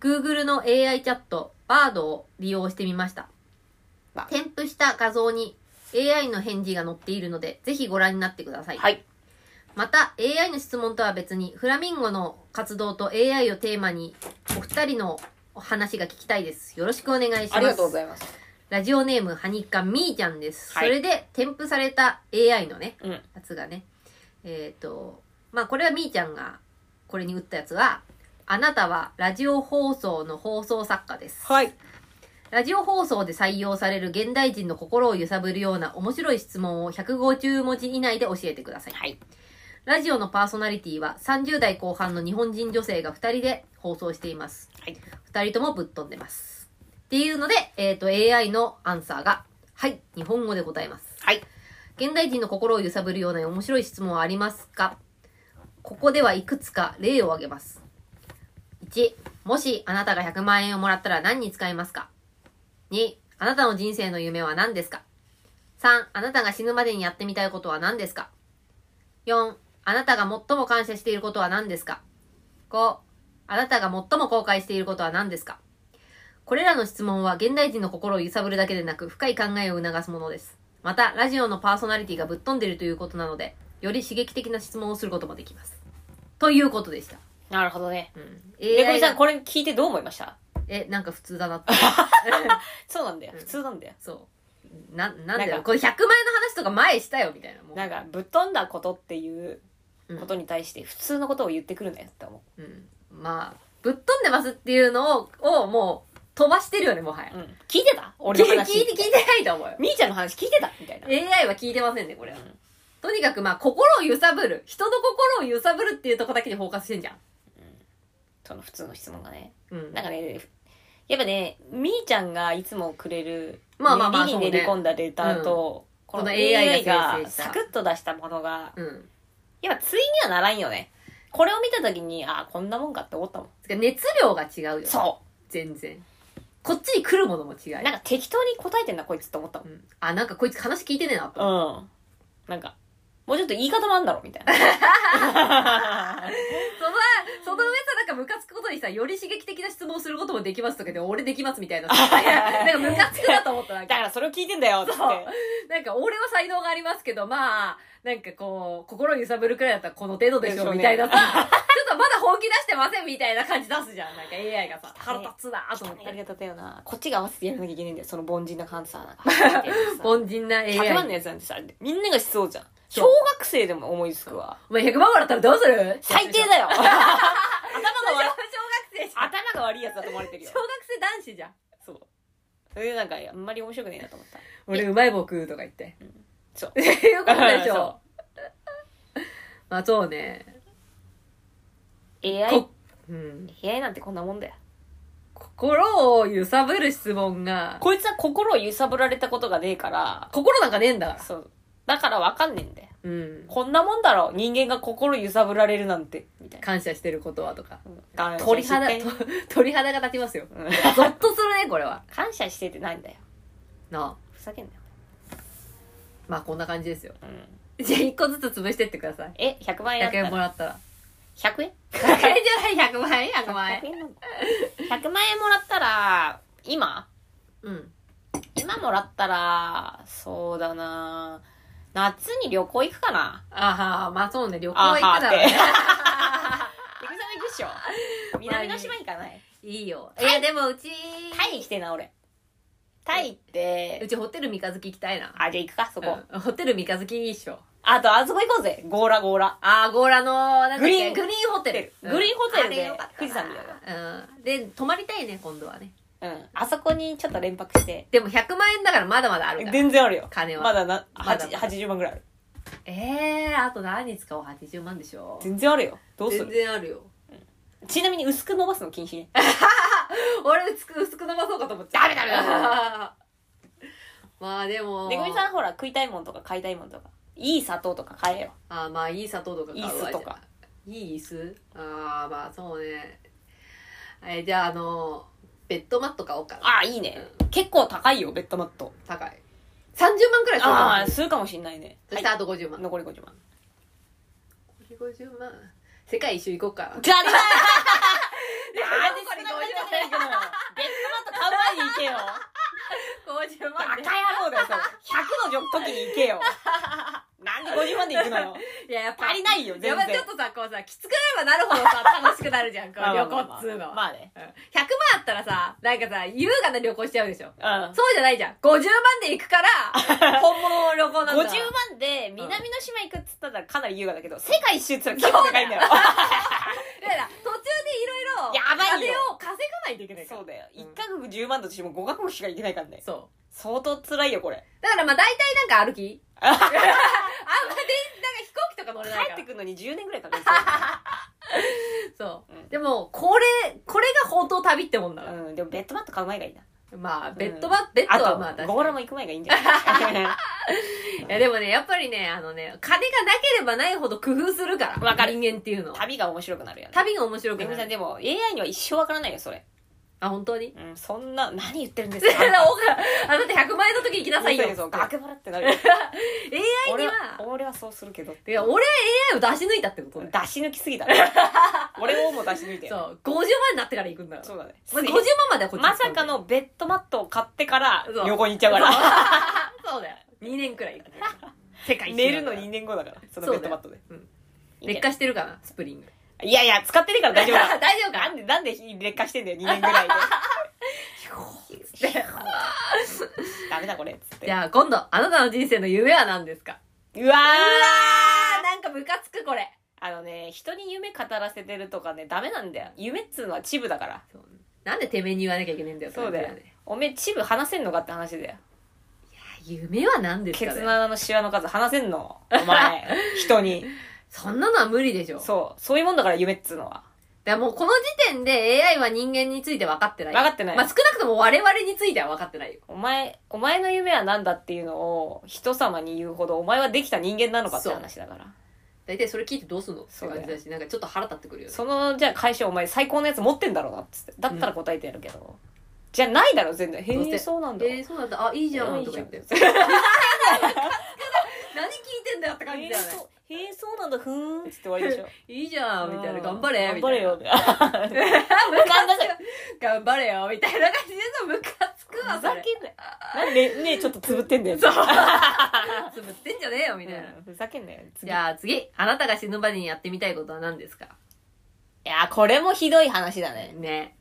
Speaker 2: Google の AI チャット Bard を利用してみました
Speaker 1: バー
Speaker 2: 添付した画像に AI の返事が載っているのでぜひご覧になってください、
Speaker 1: はい
Speaker 2: また AI の質問とは別にフラミンゴの活動と AI をテーマにお二人のお話が聞きたいですよろしくお願いします
Speaker 1: ありがとうございます
Speaker 2: ラジオネームはにかみーちゃんです、
Speaker 1: はい
Speaker 2: それで添付された AI のね
Speaker 1: うん
Speaker 2: やつがねえっ、とまあこれはみーちゃんがこれに打ったやつがあなたはラジオ放送の放送作家です
Speaker 1: はい
Speaker 2: ラジオ放送で採用される現代人の心を揺さぶるような面白い質問を150文字以内で教えてください
Speaker 1: はい
Speaker 2: ラジオのパーソナリティは30代後半の日本人女性が2人で放送しています。
Speaker 1: はい
Speaker 2: 2人ともぶっ飛んでます。っていうので、えっ、と、AI のアンサーが、はい、日本語で答えます。
Speaker 1: はい
Speaker 2: 現代人の心を揺さぶるような面白い質問はありますかここではいくつか例を挙げます。1、もしあなたが100万円をもらったら何に使いますか ?2、あなたの人生の夢は何ですか ?3、あなたが死ぬまでにやってみたいことは何ですか ?4、あなたが最も感謝していることは何ですか ?5、あなたが最も後悔していることは何ですかこれらの質問は現代人の心を揺さぶるだけでなく深い考えを促すものです。また、ラジオのパーソナリティがぶっ飛んでいるということなので、より刺激的な質問をすることもできます。ということでした。
Speaker 1: なるほどね
Speaker 2: うん。
Speaker 1: でこみ
Speaker 2: AI
Speaker 1: さん
Speaker 2: が
Speaker 1: これ聞いてどう思いました
Speaker 2: え、なんか普通だな って。
Speaker 1: そうなんだよ
Speaker 2: うん
Speaker 1: 普通なんだよ
Speaker 2: そう。な、なんだ
Speaker 1: なん
Speaker 2: よ。
Speaker 1: か
Speaker 2: これ100万円の話とか前したよ、みたいな。もう
Speaker 1: なんかぶっ飛んだことっていう
Speaker 2: うん
Speaker 1: ことに対して普通のことを言ってくるなよって思
Speaker 2: うん。まあ、ぶっ飛んでますっていうのを、をもう飛ばしてるよね、もはや
Speaker 1: う、。うん、聞いてた
Speaker 2: 俺
Speaker 1: 俺
Speaker 2: の
Speaker 1: の
Speaker 2: 話
Speaker 1: 話
Speaker 2: 聞いて、聞いてないと思うよ。
Speaker 1: みーちゃんの話聞いてたみたいな
Speaker 2: AI は聞いてませんね、これは。
Speaker 1: うん
Speaker 2: とにかくまあ、心を揺さぶる。人の心を揺さぶるっていうとこだけにフォーカスしてんじゃん。
Speaker 1: その普通の質問がね
Speaker 2: うん。
Speaker 1: なんかねやっぱねみーちゃんがいつもくれる
Speaker 2: まあまあまあ
Speaker 1: ね
Speaker 2: そ
Speaker 1: 理
Speaker 2: う
Speaker 1: に
Speaker 2: ね
Speaker 1: 練り込んだデータと、こ
Speaker 2: こ
Speaker 1: の
Speaker 2: の
Speaker 1: AI
Speaker 2: AI
Speaker 1: が
Speaker 2: が
Speaker 1: サクッと出したものが
Speaker 2: うん。
Speaker 1: やっぱついにはならんよねこれを見た時にああこんなもんかって思ったもん
Speaker 2: つうか熱量が違うよ。う。
Speaker 1: そ
Speaker 2: 全然。こっちに来るものも違
Speaker 1: う
Speaker 2: う。
Speaker 1: なんか適当に答えてんだこいつって思ったもん
Speaker 2: うんあ、なんかこいつ話聞いてねえなと。
Speaker 1: うん。なんか、もうちょっと言い方もあんだろ、み たいな。
Speaker 2: その、その上さ、なんかムカつくことにさ、より刺激的な質問をすることもできますとかで、俺できますみたいな。なんかムカつくなと思ったなん
Speaker 1: だ
Speaker 2: か。
Speaker 1: からそれを聞いてんだよ、つって。
Speaker 2: なんか俺は才能がありますけど、まあ、なんかこう、心揺さぶるくらいだったらこの程度でし
Speaker 1: でしょ
Speaker 2: ょ、
Speaker 1: うね
Speaker 2: みたいなさ。ちょっとまだ本気出ししてませんみたいな感じ出すじゃん。なんか AI がさ、腹立つなーと思っ
Speaker 1: やり
Speaker 2: て。
Speaker 1: 方だよなこっちが合わせてやらなきゃいけないんだよその凡人な感じさ なんか
Speaker 2: 凡人な AI。
Speaker 1: 100万のやつなんてさみんながしそうじゃん
Speaker 2: そ
Speaker 1: 小
Speaker 2: う
Speaker 1: 学生でも思いつくわ
Speaker 2: お前100万もらったらどうする
Speaker 1: 最低だ よ頭が
Speaker 2: 小
Speaker 1: 悪い
Speaker 2: 学生じゃん。
Speaker 1: 頭が悪いやつだと思われてるよ
Speaker 2: 小学生男子じゃん。
Speaker 1: そうそれでなんかあんまり面白くねえなと思った
Speaker 2: 俺うまい棒食うとか言って。
Speaker 1: そう
Speaker 2: いうことでし
Speaker 1: そ
Speaker 2: ょ。まあそうね。
Speaker 1: AI
Speaker 2: こうん、
Speaker 1: AI なんてこんなもんだよ
Speaker 2: 心を揺さぶる質問が、
Speaker 1: こいつは心を揺さぶられたことがねえから
Speaker 2: 心なんかねえんだから。
Speaker 1: そうだからわかんねえんだよ
Speaker 2: うん。
Speaker 1: こんなもんだろ人間が心揺さぶられるなんてみたいな
Speaker 2: 感謝してることはとか。
Speaker 1: 感謝
Speaker 2: 鳥
Speaker 1: して
Speaker 2: 肌、と 鳥肌が立ちますよ。
Speaker 1: うん
Speaker 2: ゾッとするね、これは。
Speaker 1: 感謝しててないんだよ
Speaker 2: なあ。
Speaker 1: ふざけんなよ、
Speaker 2: まあこんな感じですよ。
Speaker 1: うん、
Speaker 2: じゃあ一個ずつ潰してってください。
Speaker 1: え100万円あっ
Speaker 2: 100
Speaker 1: た
Speaker 2: 円も
Speaker 1: ら
Speaker 2: らったら。
Speaker 1: 100円
Speaker 2: 100円じゃない、100万円、100万
Speaker 1: 100
Speaker 2: 円。
Speaker 1: 円なの100万円もらったら今
Speaker 2: うん。
Speaker 1: 今もらったらそうだな夏に旅行行くかな
Speaker 2: あはは、まあそうね、旅行行くだろうね。
Speaker 1: 行くじゃないでしょ南の島行かない
Speaker 2: いいよ。いや、でもうち、
Speaker 1: タイ行きてえな俺タイ行って
Speaker 2: うちホテル三日月行きたいな。
Speaker 1: あじゃあ行くかそこ、
Speaker 2: うんホテル三日月いいっしょ。
Speaker 1: あとあそこ行こうぜゴーラゴーラ
Speaker 2: あー、ゴーラの、なんだっけ
Speaker 1: グリーン
Speaker 2: グリーンホテル。
Speaker 1: グリーンホテルで
Speaker 2: あれよかったな
Speaker 1: 富士山見よう
Speaker 2: うん。で、泊まりたいね、今度はね。
Speaker 1: うんあそこにちょっと連泊して
Speaker 2: でも100万円だからまだまだあるから。
Speaker 1: 全然あるよ
Speaker 2: 金は
Speaker 1: まだな、
Speaker 2: まだ
Speaker 1: 八80万ぐらいある
Speaker 2: えー、あと何に使おう ?80 万でしょ。
Speaker 1: 全然あるよどうす
Speaker 2: 全
Speaker 1: る
Speaker 2: 然あるよ。
Speaker 1: ちなみに薄く伸ばすの禁止ね
Speaker 2: 俺、薄く、薄く伸ばそうかと思って。
Speaker 1: ダメダメダメ
Speaker 2: まあでも。
Speaker 1: めぐみさんほら食いたいもんとか買いたいもんとかいい砂糖とか買えよ
Speaker 2: あーまあいい砂糖とか買うわ
Speaker 1: いい酢とか
Speaker 2: じゃあいい椅子ああまあそうねえじゃああのベッドマット買おうかな
Speaker 1: ああいいね、結構高いよベッドマット
Speaker 2: 高い30万くらいする
Speaker 1: あ
Speaker 2: か
Speaker 1: あするかもしんないね
Speaker 2: そしてあと50万、
Speaker 1: 残り50万
Speaker 2: 残り50万世界一周行こうか
Speaker 1: じゃあ
Speaker 2: で
Speaker 1: あれ
Speaker 2: 残
Speaker 1: そん
Speaker 2: り
Speaker 1: なこと
Speaker 2: 50
Speaker 1: ないけど ベッドマット買う前に行けよ
Speaker 2: 万50
Speaker 1: バカ
Speaker 2: 万で
Speaker 1: 野郎だよそれ100の時に行け よなんで50万で行くのよ
Speaker 2: いややっぱ
Speaker 1: 足りないよ
Speaker 2: や
Speaker 1: 全
Speaker 2: っぱ
Speaker 1: 然
Speaker 2: ちょっとさこうさきつくなればなるほどさ楽しくなるじゃんこう
Speaker 1: まあま
Speaker 2: 旅
Speaker 1: あま
Speaker 2: 行
Speaker 1: あ
Speaker 2: っつうのは、
Speaker 1: まあね
Speaker 2: うん100万あったらさなんかさ優雅な旅行しちゃうでしょ
Speaker 1: うん50
Speaker 2: そうじゃないじゃん50万で行 くから本物の旅行なんだ
Speaker 1: 万で南の島行くっつったらかなり優雅だけど世界一周っつったら結構高いんだ よ
Speaker 2: だから途中でいろいろ
Speaker 1: やばいよ
Speaker 2: 金を稼がないといけないか ら
Speaker 1: そうだよ
Speaker 2: うん
Speaker 1: 1カ国10万だとしても5カ国しか行けないからね
Speaker 2: そう
Speaker 1: 相当辛いよこれ
Speaker 2: だからまあ大体なんか歩きあんまりなんか飛行機とか乗れない
Speaker 1: 帰
Speaker 2: か
Speaker 1: って
Speaker 2: ら
Speaker 1: くるのに10年ぐらいかかる
Speaker 2: そう、
Speaker 1: うん
Speaker 2: でもこれこれが本当旅ってもん だから、
Speaker 1: うん、でもベッドマット買う前がいいな。
Speaker 2: まあベッドは、ベッ
Speaker 1: あ
Speaker 2: ド
Speaker 1: と
Speaker 2: はまあ確
Speaker 1: ゴー
Speaker 2: か
Speaker 1: ラも行く前がいいんじゃない
Speaker 2: にいやでもねやっぱりねあのね金がなければないほど工夫するから
Speaker 1: わかる
Speaker 2: 人間っていうのは
Speaker 1: 旅が面白くなるよね。
Speaker 2: 旅が面白く
Speaker 1: めぐみ
Speaker 2: な
Speaker 1: さん、
Speaker 2: る
Speaker 1: でも AI には一生わからないよ、それ。
Speaker 2: あ本 当に
Speaker 1: うん、そんな、何言ってるんです
Speaker 2: だ
Speaker 1: か
Speaker 2: からおか あなた100万円の時行きなさいよ
Speaker 1: そうガクバラってなるよ。
Speaker 2: AI に
Speaker 1: 俺
Speaker 2: は
Speaker 1: は、俺はそうするけど。
Speaker 2: いや俺は AI を出し抜いたってことだよ
Speaker 1: 出し抜きす ぎだね。俺をも出し抜いて。
Speaker 2: そ
Speaker 1: そう
Speaker 2: 50万になってから行くんだから
Speaker 1: うだね。
Speaker 2: まあ、50万まではこっち
Speaker 1: まさかのベッドマットを買ってから
Speaker 2: そう
Speaker 1: 旅行に行っちゃうから。
Speaker 2: そうだよ2年くらい行く世界一周
Speaker 1: 寝るの2年後だから、そのベッドマットで。
Speaker 2: うん
Speaker 1: いいね
Speaker 2: 劣化してるかなスプリング
Speaker 1: いやいや、使ってねえから大丈夫だ。
Speaker 2: 大丈夫
Speaker 1: な
Speaker 2: か
Speaker 1: んで、なんで劣化してんだよ、2年ぐ らいで。ダメだこれ、つって。
Speaker 2: じゃあ今度あなたの人生の夢は何ですか
Speaker 1: うわー
Speaker 2: ーなんかムカつくこれ
Speaker 1: あのね、人に夢語らせてるとかね、ダメなんだよ。夢っつうのはチブだから。
Speaker 2: そうなんでてめえに言わなきゃいけないんだよ
Speaker 1: そうだよ
Speaker 2: れね
Speaker 1: おめえチブ話せんのかって話だよ。
Speaker 2: 夢は何です
Speaker 1: ケ
Speaker 2: か
Speaker 1: ツ
Speaker 2: ね
Speaker 1: の穴のシワの数話せんのお前、 人に。
Speaker 2: そんなのは無理でしょだか
Speaker 1: そう。そういうもんだから夢っつうのは。
Speaker 2: らもうこの時点で AI は人間について分かってない
Speaker 1: 分かってない
Speaker 2: まあ、少なくとも我々については分かってないよ
Speaker 1: お前、お前の夢は何だっていうのを人様に言うほどお前はできた人間なのかって話だから。
Speaker 2: 大体それ聞いてどうすんのって
Speaker 1: そうだ
Speaker 2: 感
Speaker 1: よ
Speaker 2: じだしなんかちょっと腹立ってくるよね
Speaker 1: その、じゃあ会社お前最高のやつ持ってんだろうなっつって。だったら答えてやるけど。じゃないだろ、全然。へ
Speaker 2: どうせ
Speaker 1: え、そうなんだ。
Speaker 2: えー、そうなんだあいいじゃ
Speaker 1: うんん
Speaker 2: とか言って
Speaker 1: いい
Speaker 2: 何聞いてんだよって感じだよね
Speaker 1: へえそうへえそうなんだふーんっつって終わりでしょ
Speaker 2: いいじゃんみたいな頑張
Speaker 1: う
Speaker 2: れ
Speaker 1: ん
Speaker 2: み
Speaker 1: 頑張
Speaker 2: た
Speaker 1: れ
Speaker 2: いな
Speaker 1: よみたいな
Speaker 2: 頑
Speaker 1: 張
Speaker 2: 張れ 頑張れよみたいな感じでさムカつくわ
Speaker 1: ふ
Speaker 2: そ
Speaker 1: ざ
Speaker 2: れ
Speaker 1: けんなよなんでねちょっとつぶってんだよ
Speaker 2: そう つぶってんじゃねえよみたいな
Speaker 1: うんふざけんなよ
Speaker 2: じ
Speaker 1: あ
Speaker 2: ゃあ次あなたが死ぬまでにやってみたいことは何ですか
Speaker 1: いやーこれもひどい話だね、
Speaker 2: ね。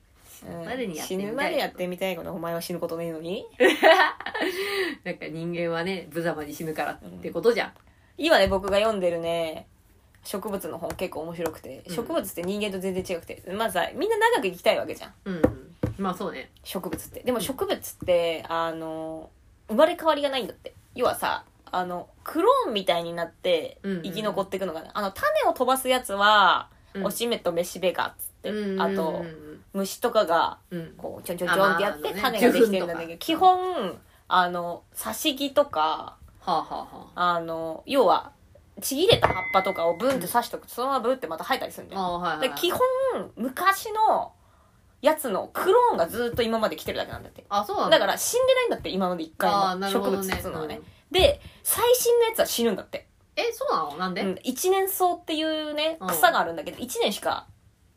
Speaker 1: うん
Speaker 2: までにやって
Speaker 1: 死
Speaker 2: みたい
Speaker 1: ぬまでやってみたいことお前は死ぬことねえのに
Speaker 2: なんか人間はね、無様に死ぬからってことじゃん。
Speaker 1: 今ね僕が読んでるね植物の本結構面白くて
Speaker 2: うん
Speaker 1: 植物って人間と全然違くて、まずさみんな長く生きたいわけじゃん
Speaker 2: うん。まあそうね。
Speaker 1: 植物ってでも植物ってあの生まれ変わりがないんだって要はさあのクローンみたいになって
Speaker 2: うんうん
Speaker 1: 生き残っていくのがね、あの種を飛ばすやつは、
Speaker 2: うん
Speaker 1: おしめとめしべがっつって、
Speaker 2: うん
Speaker 1: あ
Speaker 2: う
Speaker 1: と
Speaker 2: ん
Speaker 1: 虫とかが
Speaker 2: うん。
Speaker 1: こうちょんちょんちょんってやって
Speaker 2: あまああのね
Speaker 1: 種ができてるんだけど、
Speaker 2: 受粉とか
Speaker 1: 基本あの挿し木とか
Speaker 2: はあはあはあ。
Speaker 1: あの要はちぎれた葉っぱとかをブンって刺しとくとそのままブンってまた生えたりするんだよ、
Speaker 2: ああ、はいはい
Speaker 1: で
Speaker 2: はい。
Speaker 1: 基本昔のやつのクローンがずっと今まで来てるだけなんだって
Speaker 2: あ、そうなん
Speaker 1: だから死んでないんだって今まで一回
Speaker 2: ああ
Speaker 1: も
Speaker 2: な
Speaker 1: 植
Speaker 2: るほ
Speaker 1: 物
Speaker 2: ど
Speaker 1: っ
Speaker 2: ね
Speaker 1: つうのはね
Speaker 2: うん
Speaker 1: で最新のやつは死ぬんだって、
Speaker 2: え、そうなのなんで、
Speaker 1: うん、一年草っていうね
Speaker 2: うん
Speaker 1: 草があるんだけど一年しか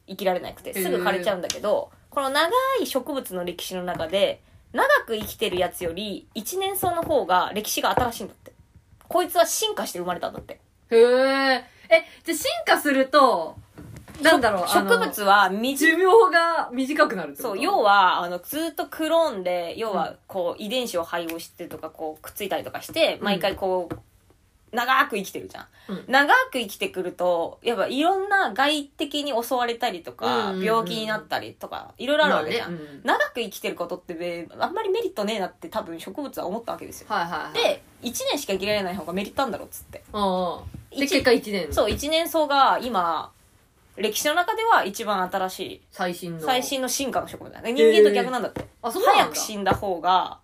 Speaker 1: 生きられなくてすぐ枯れちゃうんだけどこの長い植物の歴史の中で長く生きてるやつより一年草の方が歴史が新しいんだってこいつは進化して生まれたんだって
Speaker 2: へえ。え、じゃあ進化すると、なんだろう、
Speaker 1: 植
Speaker 2: あの
Speaker 1: 物は短い
Speaker 2: 寿命が短くなるってこと
Speaker 1: そう要はあのずっとクローンで要はこう遺伝子を配合してとかこうくっついたりとかして
Speaker 2: うん
Speaker 1: 毎回こう長く生きてるじゃん、
Speaker 2: うん
Speaker 1: 長く生きてくるとやっぱいろんな外的に襲われたりとか
Speaker 2: うんうんうん
Speaker 1: 病気になったりとかいろいろあるわけじゃん、
Speaker 2: まあねうん
Speaker 1: 長く生きてることってべあんまりメリットねえなって多分植物は思ったわけですよ
Speaker 2: はいはいはい。、
Speaker 1: で1年しか生きられない方がメリットあんだろうっつって
Speaker 2: うんうん。で、
Speaker 1: 一
Speaker 2: 結果1年。
Speaker 1: そう一年草が今歴史の中では一番新しい
Speaker 2: 最新の。
Speaker 1: 最。新の進化の植物だね人間と逆なんだって、
Speaker 2: あ、そうなんだ。
Speaker 1: 早く死んだ方が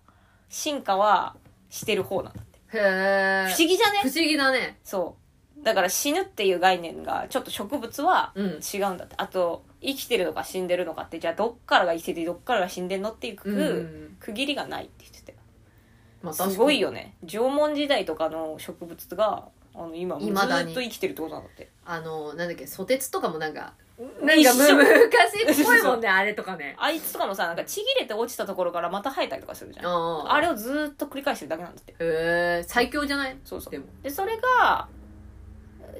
Speaker 1: 進化はしてる方なんだって
Speaker 2: へ
Speaker 1: 不
Speaker 2: え。
Speaker 1: 思議じゃ
Speaker 2: 不
Speaker 1: ね
Speaker 2: 思議だね。
Speaker 1: そうだから死ぬっていう概念がちょっと植物は
Speaker 2: うん。
Speaker 1: 違うんだってあと生きてるのか死んでるのかってじゃあどっからが生きててどっからが死んでんのっていう区,、
Speaker 2: うん。
Speaker 1: 区切りがないって言ってたよ
Speaker 2: まあ
Speaker 1: すごい。よね縄文時代とかの植物があの今もず
Speaker 2: 未だ
Speaker 1: っ
Speaker 2: に
Speaker 1: と生きてるってことなんだって
Speaker 2: あの、なんだっけ、ソテツとかもなんか、なん
Speaker 1: 一
Speaker 2: か
Speaker 1: 緒
Speaker 2: む昔っぽい もんね、あれとかね。
Speaker 1: あいつとかもさなんかちぎれて落ちたところからまた生えたりとかするじゃん
Speaker 2: あ
Speaker 1: あ
Speaker 2: あれ
Speaker 1: れをずっと繰り返してるだけなんだって
Speaker 2: へえ、最強じゃない
Speaker 1: そうそう
Speaker 2: でも。
Speaker 1: でそれが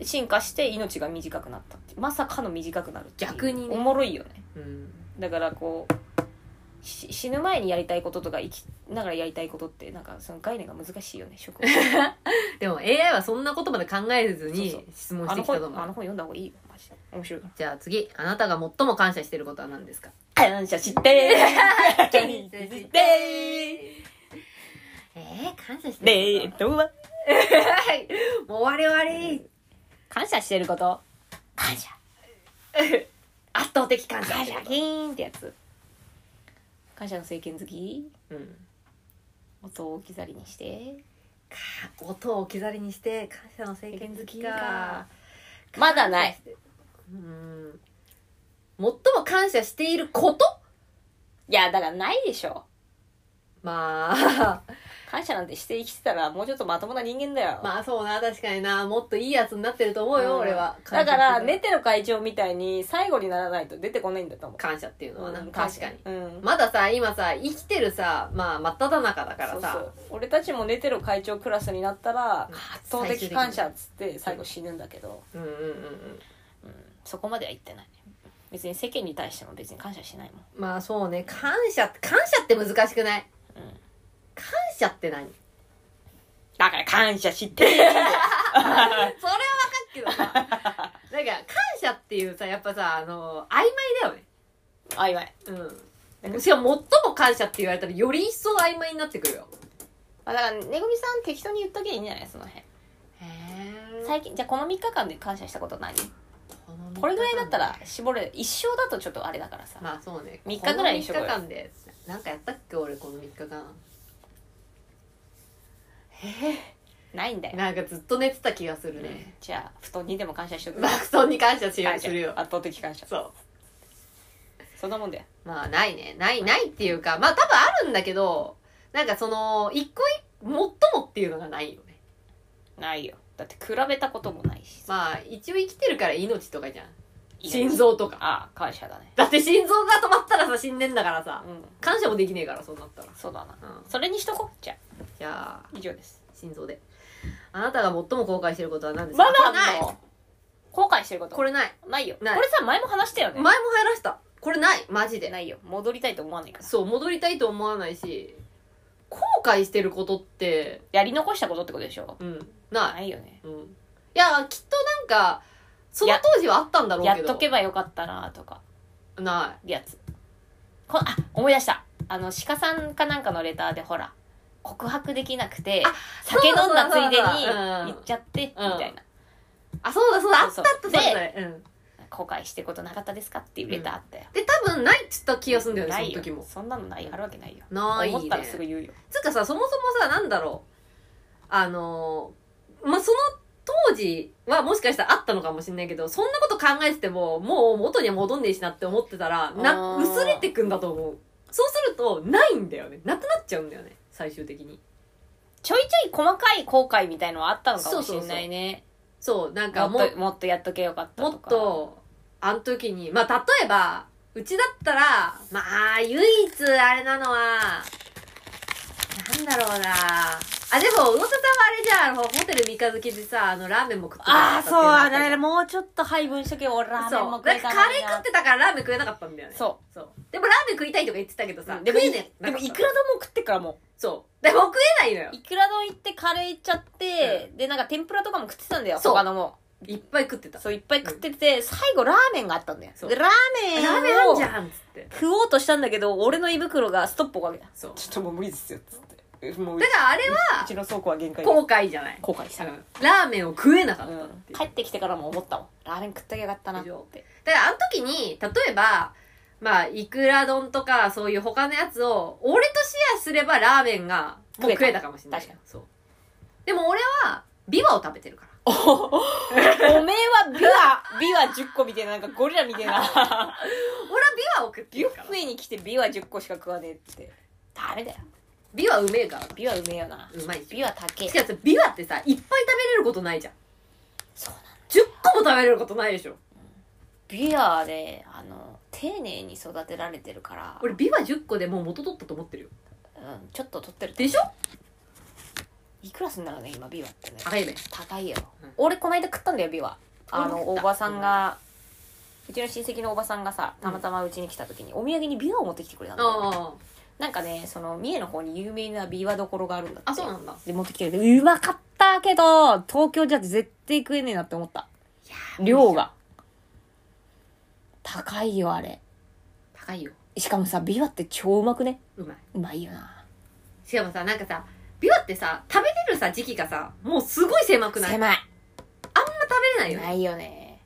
Speaker 1: 進化して命が短くなったっていうまさかの短くなるっていう
Speaker 2: 逆にね
Speaker 1: おもろいよね
Speaker 2: うん。
Speaker 1: だからこうし死ぬ前にやりたいこととか生きながらやりたいことってなんかその概念が難しいよね職
Speaker 2: でも AI はそんなことまで考えず
Speaker 1: そう
Speaker 2: に質問
Speaker 1: あ
Speaker 2: して
Speaker 1: の
Speaker 2: きた
Speaker 1: 本
Speaker 2: と思
Speaker 1: あの
Speaker 2: う。
Speaker 1: 本読んだ方がいいよマジで面白いか
Speaker 2: じゃあ次、あなたが最も感謝してることは何ですから
Speaker 1: 感謝してー感謝してー
Speaker 2: えー、感謝して
Speaker 1: で
Speaker 2: る
Speaker 1: え
Speaker 2: こと
Speaker 1: っとは
Speaker 2: はい もう終わり終わり
Speaker 1: 感謝してること感謝
Speaker 2: 圧倒的感謝
Speaker 1: 感謝ギーンってやつ感謝の政権好き
Speaker 2: うん、
Speaker 1: 音を置き去りにして
Speaker 2: 音を置き去りにして感謝の政権好きか
Speaker 1: まだない
Speaker 2: うん最も感謝していること
Speaker 1: いやだからないでしょ
Speaker 2: まあ
Speaker 1: 感謝なんてして生きてたらもうちょっとまともな人間だよ、
Speaker 2: まあそうな確かになもっといいやつになってると思うよ、
Speaker 1: うん
Speaker 2: 俺は
Speaker 1: だから寝
Speaker 2: ね
Speaker 1: てる会長みたいに最後にならないと出てこないんだと思う
Speaker 2: 感謝っていうのはな、
Speaker 1: うん
Speaker 2: 確かに
Speaker 1: うん
Speaker 2: まださ今さ生きてるさまあ真っ只中だからさ
Speaker 1: そうそう俺たちも寝てる会長クラスになったら
Speaker 2: うん
Speaker 1: 圧倒的感謝っつって最後死ぬんだけど、
Speaker 2: うんうんうんうん
Speaker 1: うん、そこまでは言ってない別に世間に対しても別に感謝しないもん
Speaker 2: まあそうね感謝感謝って難しくない、
Speaker 1: うん
Speaker 2: 感謝って 何
Speaker 1: だから感謝してる
Speaker 2: それは分かっけどさなんか感謝っていうさやっぱさあの曖昧だよね
Speaker 1: あいまい
Speaker 2: うんしかも最も感謝って言われたらより一層曖昧になってくるよ
Speaker 1: まあだからねぐみさん適当に言っときゃいいんじゃないその辺
Speaker 2: へ
Speaker 1: 最近じゃあこの3日間で感謝したこと何
Speaker 2: え
Speaker 1: これぐらいだったら絞れる一生だとちょっとあれだからさ、
Speaker 2: まあそうね
Speaker 1: 三日ぐらいにしとこ
Speaker 2: こ
Speaker 1: う
Speaker 2: の
Speaker 1: よ
Speaker 2: 3日間でなんかやったっけ俺この3日間
Speaker 1: ないんだよ
Speaker 2: なんかずっと寝てた気がするね、
Speaker 1: じゃあ布団にでも感謝しとく
Speaker 2: マクソンに感謝しよう
Speaker 1: 感謝
Speaker 2: するよ
Speaker 1: 圧倒的感謝
Speaker 2: そう
Speaker 1: そんなもんだよ
Speaker 2: まあないね。ない、ないっていうか、まあ多分あるんだけど、なんかその、一個一、最もっていうのがないよね。
Speaker 1: ないよだって比べたこともないし
Speaker 2: まあ一応生きてるから命とかじゃん。
Speaker 1: 命
Speaker 2: 心臓とか。
Speaker 1: ああ感謝だね
Speaker 2: だって心臓が止まったらさ死んでんだからさ
Speaker 1: う。ん
Speaker 2: 感謝もできねえから、そうなったら。
Speaker 1: そうだな
Speaker 2: うん。
Speaker 1: それにしとこうじゃあ
Speaker 2: じゃあ、
Speaker 1: 以上です
Speaker 2: 心臓で。あなたが最も後悔してることは何ですか
Speaker 1: まだあん
Speaker 2: ない
Speaker 1: のこ後悔してること
Speaker 2: これない。
Speaker 1: ないよ
Speaker 2: ない
Speaker 1: これさ前も話したよね
Speaker 2: 前も入らした。これない。マジで。
Speaker 1: ないよ戻りたいと思わないから
Speaker 2: そう、戻りたいと思わないし、後悔してることって、
Speaker 1: やり残したことってことでしょ
Speaker 2: うん、な。
Speaker 1: ないいよね
Speaker 2: うん。いや、きっとなんか、その当時はあったんだろう
Speaker 1: や
Speaker 2: け
Speaker 1: っ
Speaker 2: ど。
Speaker 1: とけばよかったなとか
Speaker 2: な
Speaker 1: やつこあ思い出したあの鹿さんかなんかのレターでほら告白できなくて
Speaker 2: あ
Speaker 1: 酒飲んだついでに
Speaker 2: そうだそうだそうだうん。
Speaker 1: 行っちゃってみたいない
Speaker 2: あ、そうだそうだ、あった
Speaker 1: そ
Speaker 2: あ
Speaker 1: う
Speaker 2: っ
Speaker 1: そう
Speaker 2: たそうだね。うん。
Speaker 1: 後悔してることなかったですかっていうレターあったよ
Speaker 2: で、多分ないっつった気がするんだよね、
Speaker 1: な
Speaker 2: そ
Speaker 1: い
Speaker 2: の
Speaker 1: よ
Speaker 2: 時も。
Speaker 1: そんなのないあるわけないよ
Speaker 2: ないね。
Speaker 1: 思ったらすぐ言うよ
Speaker 2: つうかさ、そもそもさ、なんだろう。あのーまあ、その当時はもしかしたらあったのかもしれないけど、そんなこと考えてても、もう元には戻んねえしなって思ってたら、な、
Speaker 1: あー
Speaker 2: 薄れてくんだと思う。そうすると、ないんだよね。なくなっちゃうんだよね。最終的に。
Speaker 1: ちょいちょい細かい後悔みたいのはあったのかもしれないね
Speaker 2: そう、なんかも
Speaker 1: もっ
Speaker 2: う
Speaker 1: と、もっとやっとけよかった
Speaker 2: も
Speaker 1: と
Speaker 2: っ
Speaker 1: か
Speaker 2: と、あの時に、まあ、例えば、うちだったら、まあ、唯一あれなのは、なんだろうなあ、でも、魚田さんはあれじゃん、ホテル三日月でさ、あの、ラーメンも食って
Speaker 1: ああそうあ
Speaker 2: れ
Speaker 1: れもうちょっと配分しとけよ俺ラーメンも
Speaker 2: そう。
Speaker 1: 食
Speaker 2: な
Speaker 1: え
Speaker 2: んか
Speaker 1: た
Speaker 2: カ
Speaker 1: の
Speaker 2: レ
Speaker 1: に
Speaker 2: ー食っ
Speaker 1: な
Speaker 2: てたからラーメン食えなかったんだよね。
Speaker 1: そ
Speaker 2: そう。でもラーメン食いたいとか言ってたけどさ、
Speaker 1: うでも
Speaker 2: 食
Speaker 1: い
Speaker 2: えねえ
Speaker 1: でもいく
Speaker 2: ら
Speaker 1: ら丼食ってっからもう
Speaker 2: そう。でも食えないのよ。
Speaker 1: いくら丼行ってカレー行っちゃって、でなんか天ぷらとかも食ってたんだよ
Speaker 2: そう
Speaker 1: 他のも
Speaker 2: いっぱい食ってた。
Speaker 1: そういっぱい食ってて、最後ラーメンがあったんだよ
Speaker 2: そう
Speaker 1: でラーメ
Speaker 2: ラ
Speaker 1: ンを
Speaker 2: ーメンあんじゃんっつって。
Speaker 1: 食おうとしたんだけど俺の胃袋がストップをかけた
Speaker 2: そう。
Speaker 1: ちょっともう無理ですよっつってもう
Speaker 2: だからあれ
Speaker 1: う
Speaker 2: は、
Speaker 1: ちの倉庫は限界です
Speaker 2: 後悔じゃない。
Speaker 1: 後悔した、
Speaker 2: うんラーメンを食えなかったっていう。
Speaker 1: 帰ってきてからも思ったもんラーメン食ってきゃよかったなっ
Speaker 2: 以上
Speaker 1: て
Speaker 2: だからあの時に、例えば、まあ、いくら丼とか、そういう他のやつを、俺とシェアすればラーメンが、も
Speaker 1: 食
Speaker 2: う食
Speaker 1: え
Speaker 2: え
Speaker 1: た
Speaker 2: たかもしれない。
Speaker 1: 確か
Speaker 2: そう。でも俺は、ビワを食べてるか
Speaker 1: お
Speaker 2: ら。
Speaker 1: めえはビワビワ10個みたいななんかゴリラみたいな
Speaker 2: 俺はビワを食って
Speaker 1: ビュ
Speaker 2: る
Speaker 1: ッ
Speaker 2: から
Speaker 1: フ。ェに来てビワ10個しか食わねえってダメだよ
Speaker 2: ビワうめえから。
Speaker 1: ビワうめえよな
Speaker 2: うまいし。
Speaker 1: ビワ高え
Speaker 2: しかもさビワってさ、いっぱい食べれることないじゃん。
Speaker 1: そうなの
Speaker 2: 10個も食べれることないでしょ。
Speaker 1: ビワであの丁寧に育てられてるから、
Speaker 2: 俺ビワ10個でもう元取ったと思ってるよ。
Speaker 1: うん、ちょっと取ってる
Speaker 2: でしょ
Speaker 1: いくらすんだろうね今ビワってね
Speaker 2: 高いね。
Speaker 1: 高いよ、
Speaker 2: うん
Speaker 1: 俺この間食ったんだよビワあ
Speaker 2: 俺も
Speaker 1: の
Speaker 2: 食
Speaker 1: お
Speaker 2: った
Speaker 1: ばさんが、うちの親戚のおばさんがさたまたまうちに来た時にお土産にビワを持ってきてくれたんだよ、
Speaker 2: あ
Speaker 1: なんかねその三重の方に有名なビワどころがあるんだって
Speaker 2: あ。あ、そうなんだ。
Speaker 1: で持ってきてくれてうまかったけど東京じゃ絶対食えねえなって思った量が高いよあれ
Speaker 2: 高いよ。
Speaker 1: しかもさビワって超うまくね
Speaker 2: うまい。
Speaker 1: うまいよな
Speaker 2: しかもさ、なんかさ、ビワってさ、食べれるさ、時期がさ、もうすごい狭くない
Speaker 1: 狭い
Speaker 2: 食べれないよね。
Speaker 1: ないよね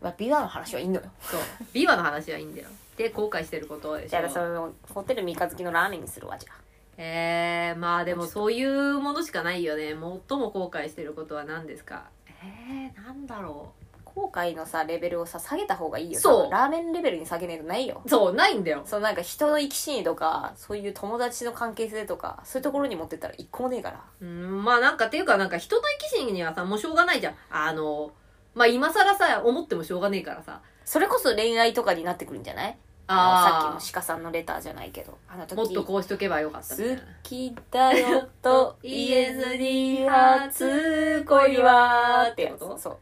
Speaker 1: まあビワの話はいいのよ
Speaker 2: そう。ビワの話はいいんだよ。で、後悔してることでし
Speaker 1: じゃあそ
Speaker 2: ょ。
Speaker 1: のホテル三日月のラーメンにするわじゃあ
Speaker 2: えー、まあでもそういうものしかないよね。最も後悔してることは何ですかえー、なんだろ
Speaker 1: 後悔のさレベルをさ下げた方がいいよ
Speaker 2: そ
Speaker 1: 多
Speaker 2: う
Speaker 1: 分ラーメンレベルに下げないとないよ
Speaker 2: う。そう、ないんだよ。
Speaker 1: そのなんか人の生き死にとかそういう友達の関係性とかそういうところに持ってったら一個もねえから
Speaker 2: うん、まあなんかっていうか、なんか人の生き死にはさ、もうしょうがないじゃん。あの、まあ今更さ、思ってもしょうがねえからさ。
Speaker 1: それこそ恋愛とかになってくるんじゃないあのさ
Speaker 2: あ
Speaker 1: っきの鹿さんのレターじゃないけどあの
Speaker 2: あ、
Speaker 1: 時
Speaker 2: もっとこうしとけばよかったみたい
Speaker 1: 好
Speaker 2: な。
Speaker 1: きだよと言えずに初恋はってや
Speaker 2: ってこ
Speaker 1: つそ
Speaker 2: と
Speaker 1: う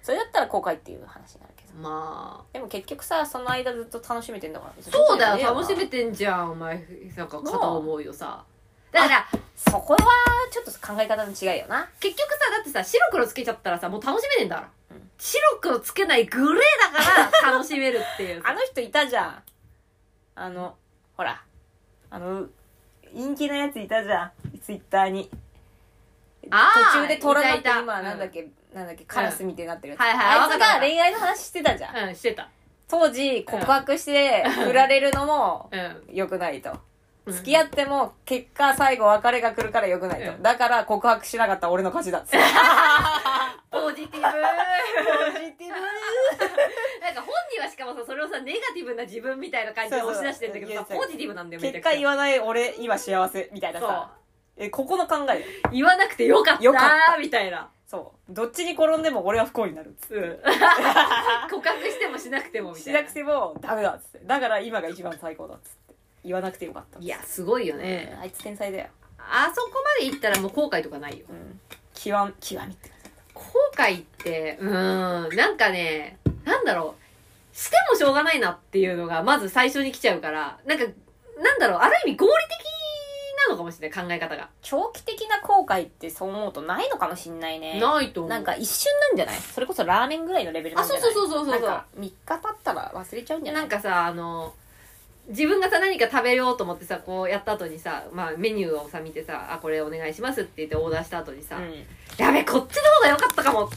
Speaker 1: それだったら後悔っていう話になるけど
Speaker 2: まあ、
Speaker 1: でも結局さその間ずっと楽しめてんだから別に
Speaker 2: そうだ
Speaker 1: ねえ
Speaker 2: よ、
Speaker 1: な
Speaker 2: 楽しめてんじゃん、お前、なんか片思いをさ。だから、
Speaker 1: そこはちょっと考え方の違いよな
Speaker 2: 結局さ、だってさ、白黒つけちゃったらさ、もう楽しめねえんだから。
Speaker 1: うん
Speaker 2: 白黒つけないグレーだから、楽しめるっていう。
Speaker 1: あの人いたじゃんあのほらあの陰気なやついたじゃんツイッターに
Speaker 2: あ
Speaker 1: 途
Speaker 2: ー
Speaker 1: 中で虎だっ
Speaker 2: い
Speaker 1: て
Speaker 2: たいた
Speaker 1: 今なんだっけ、なんだっけカラスみたいになってるやつ、
Speaker 2: はいは
Speaker 1: あい
Speaker 2: い
Speaker 1: つ
Speaker 2: わかった
Speaker 1: が恋愛の話してたじゃん
Speaker 2: うん、してた。
Speaker 1: 当時告白して振られるのも
Speaker 2: うん。
Speaker 1: 良くないと付き
Speaker 2: 合
Speaker 1: 合っても結果最後別れが来るから良くないと、
Speaker 2: うん
Speaker 1: だから告白しなかった俺の勝ちだっ つって
Speaker 2: ポジティ ブ。なん
Speaker 1: ポジティブ
Speaker 2: か本人はしかもさ、それをさ、ネガティブな自分みたいな感じで
Speaker 1: そう
Speaker 2: 押
Speaker 1: そう
Speaker 2: し出してんだけどさ、
Speaker 1: いや
Speaker 2: ポジティブなんだよ、めち
Speaker 1: 結
Speaker 2: ゃくちゃ。
Speaker 1: 果言わない俺今幸せみたいなさえここの考えよ
Speaker 2: そう。言わなくてよかった
Speaker 1: よかった
Speaker 2: みたいな。
Speaker 1: そうどっちに転んでも俺は不幸になるっつって
Speaker 2: うん。告白してもしなくてもみた
Speaker 1: し
Speaker 2: いな。
Speaker 1: なくてもダメだっつってだから今が一番最高だっつって言わなくてよかったっつって
Speaker 2: いや、すごいよね。
Speaker 1: あいつ天才だよ、
Speaker 2: あそこまで行ったらもう後悔とかないよ。
Speaker 1: うん、極み極みって感じ
Speaker 2: 後後悔って、うーん、なんかね、なんだろう、してもしょうがないなっていうのが、まず最初に来ちゃうから、なんか、なんだろう、ある意味合理的なのかもしれない、考え方が。
Speaker 1: 長期的な後悔ってそう思うとないのかもしんないね
Speaker 2: ないと思う。
Speaker 1: なんか、一瞬なんじゃないそれこそラーメンぐらいのレベルな
Speaker 2: あ、
Speaker 1: んじゃ
Speaker 2: そう
Speaker 1: ない
Speaker 2: そうそうそうそ
Speaker 1: なん
Speaker 2: うそう
Speaker 1: か。3日経ったら忘れちゃうんじゃない
Speaker 2: なんかさ、あの、自分がさ、何か食べようと思ってさ、こうやった後にさ、まあメニューをさ、見てさ、あ、これお願いしますって言ってオーダーした後にさ、
Speaker 1: う
Speaker 2: やべ、こっちの方が良かったかもっ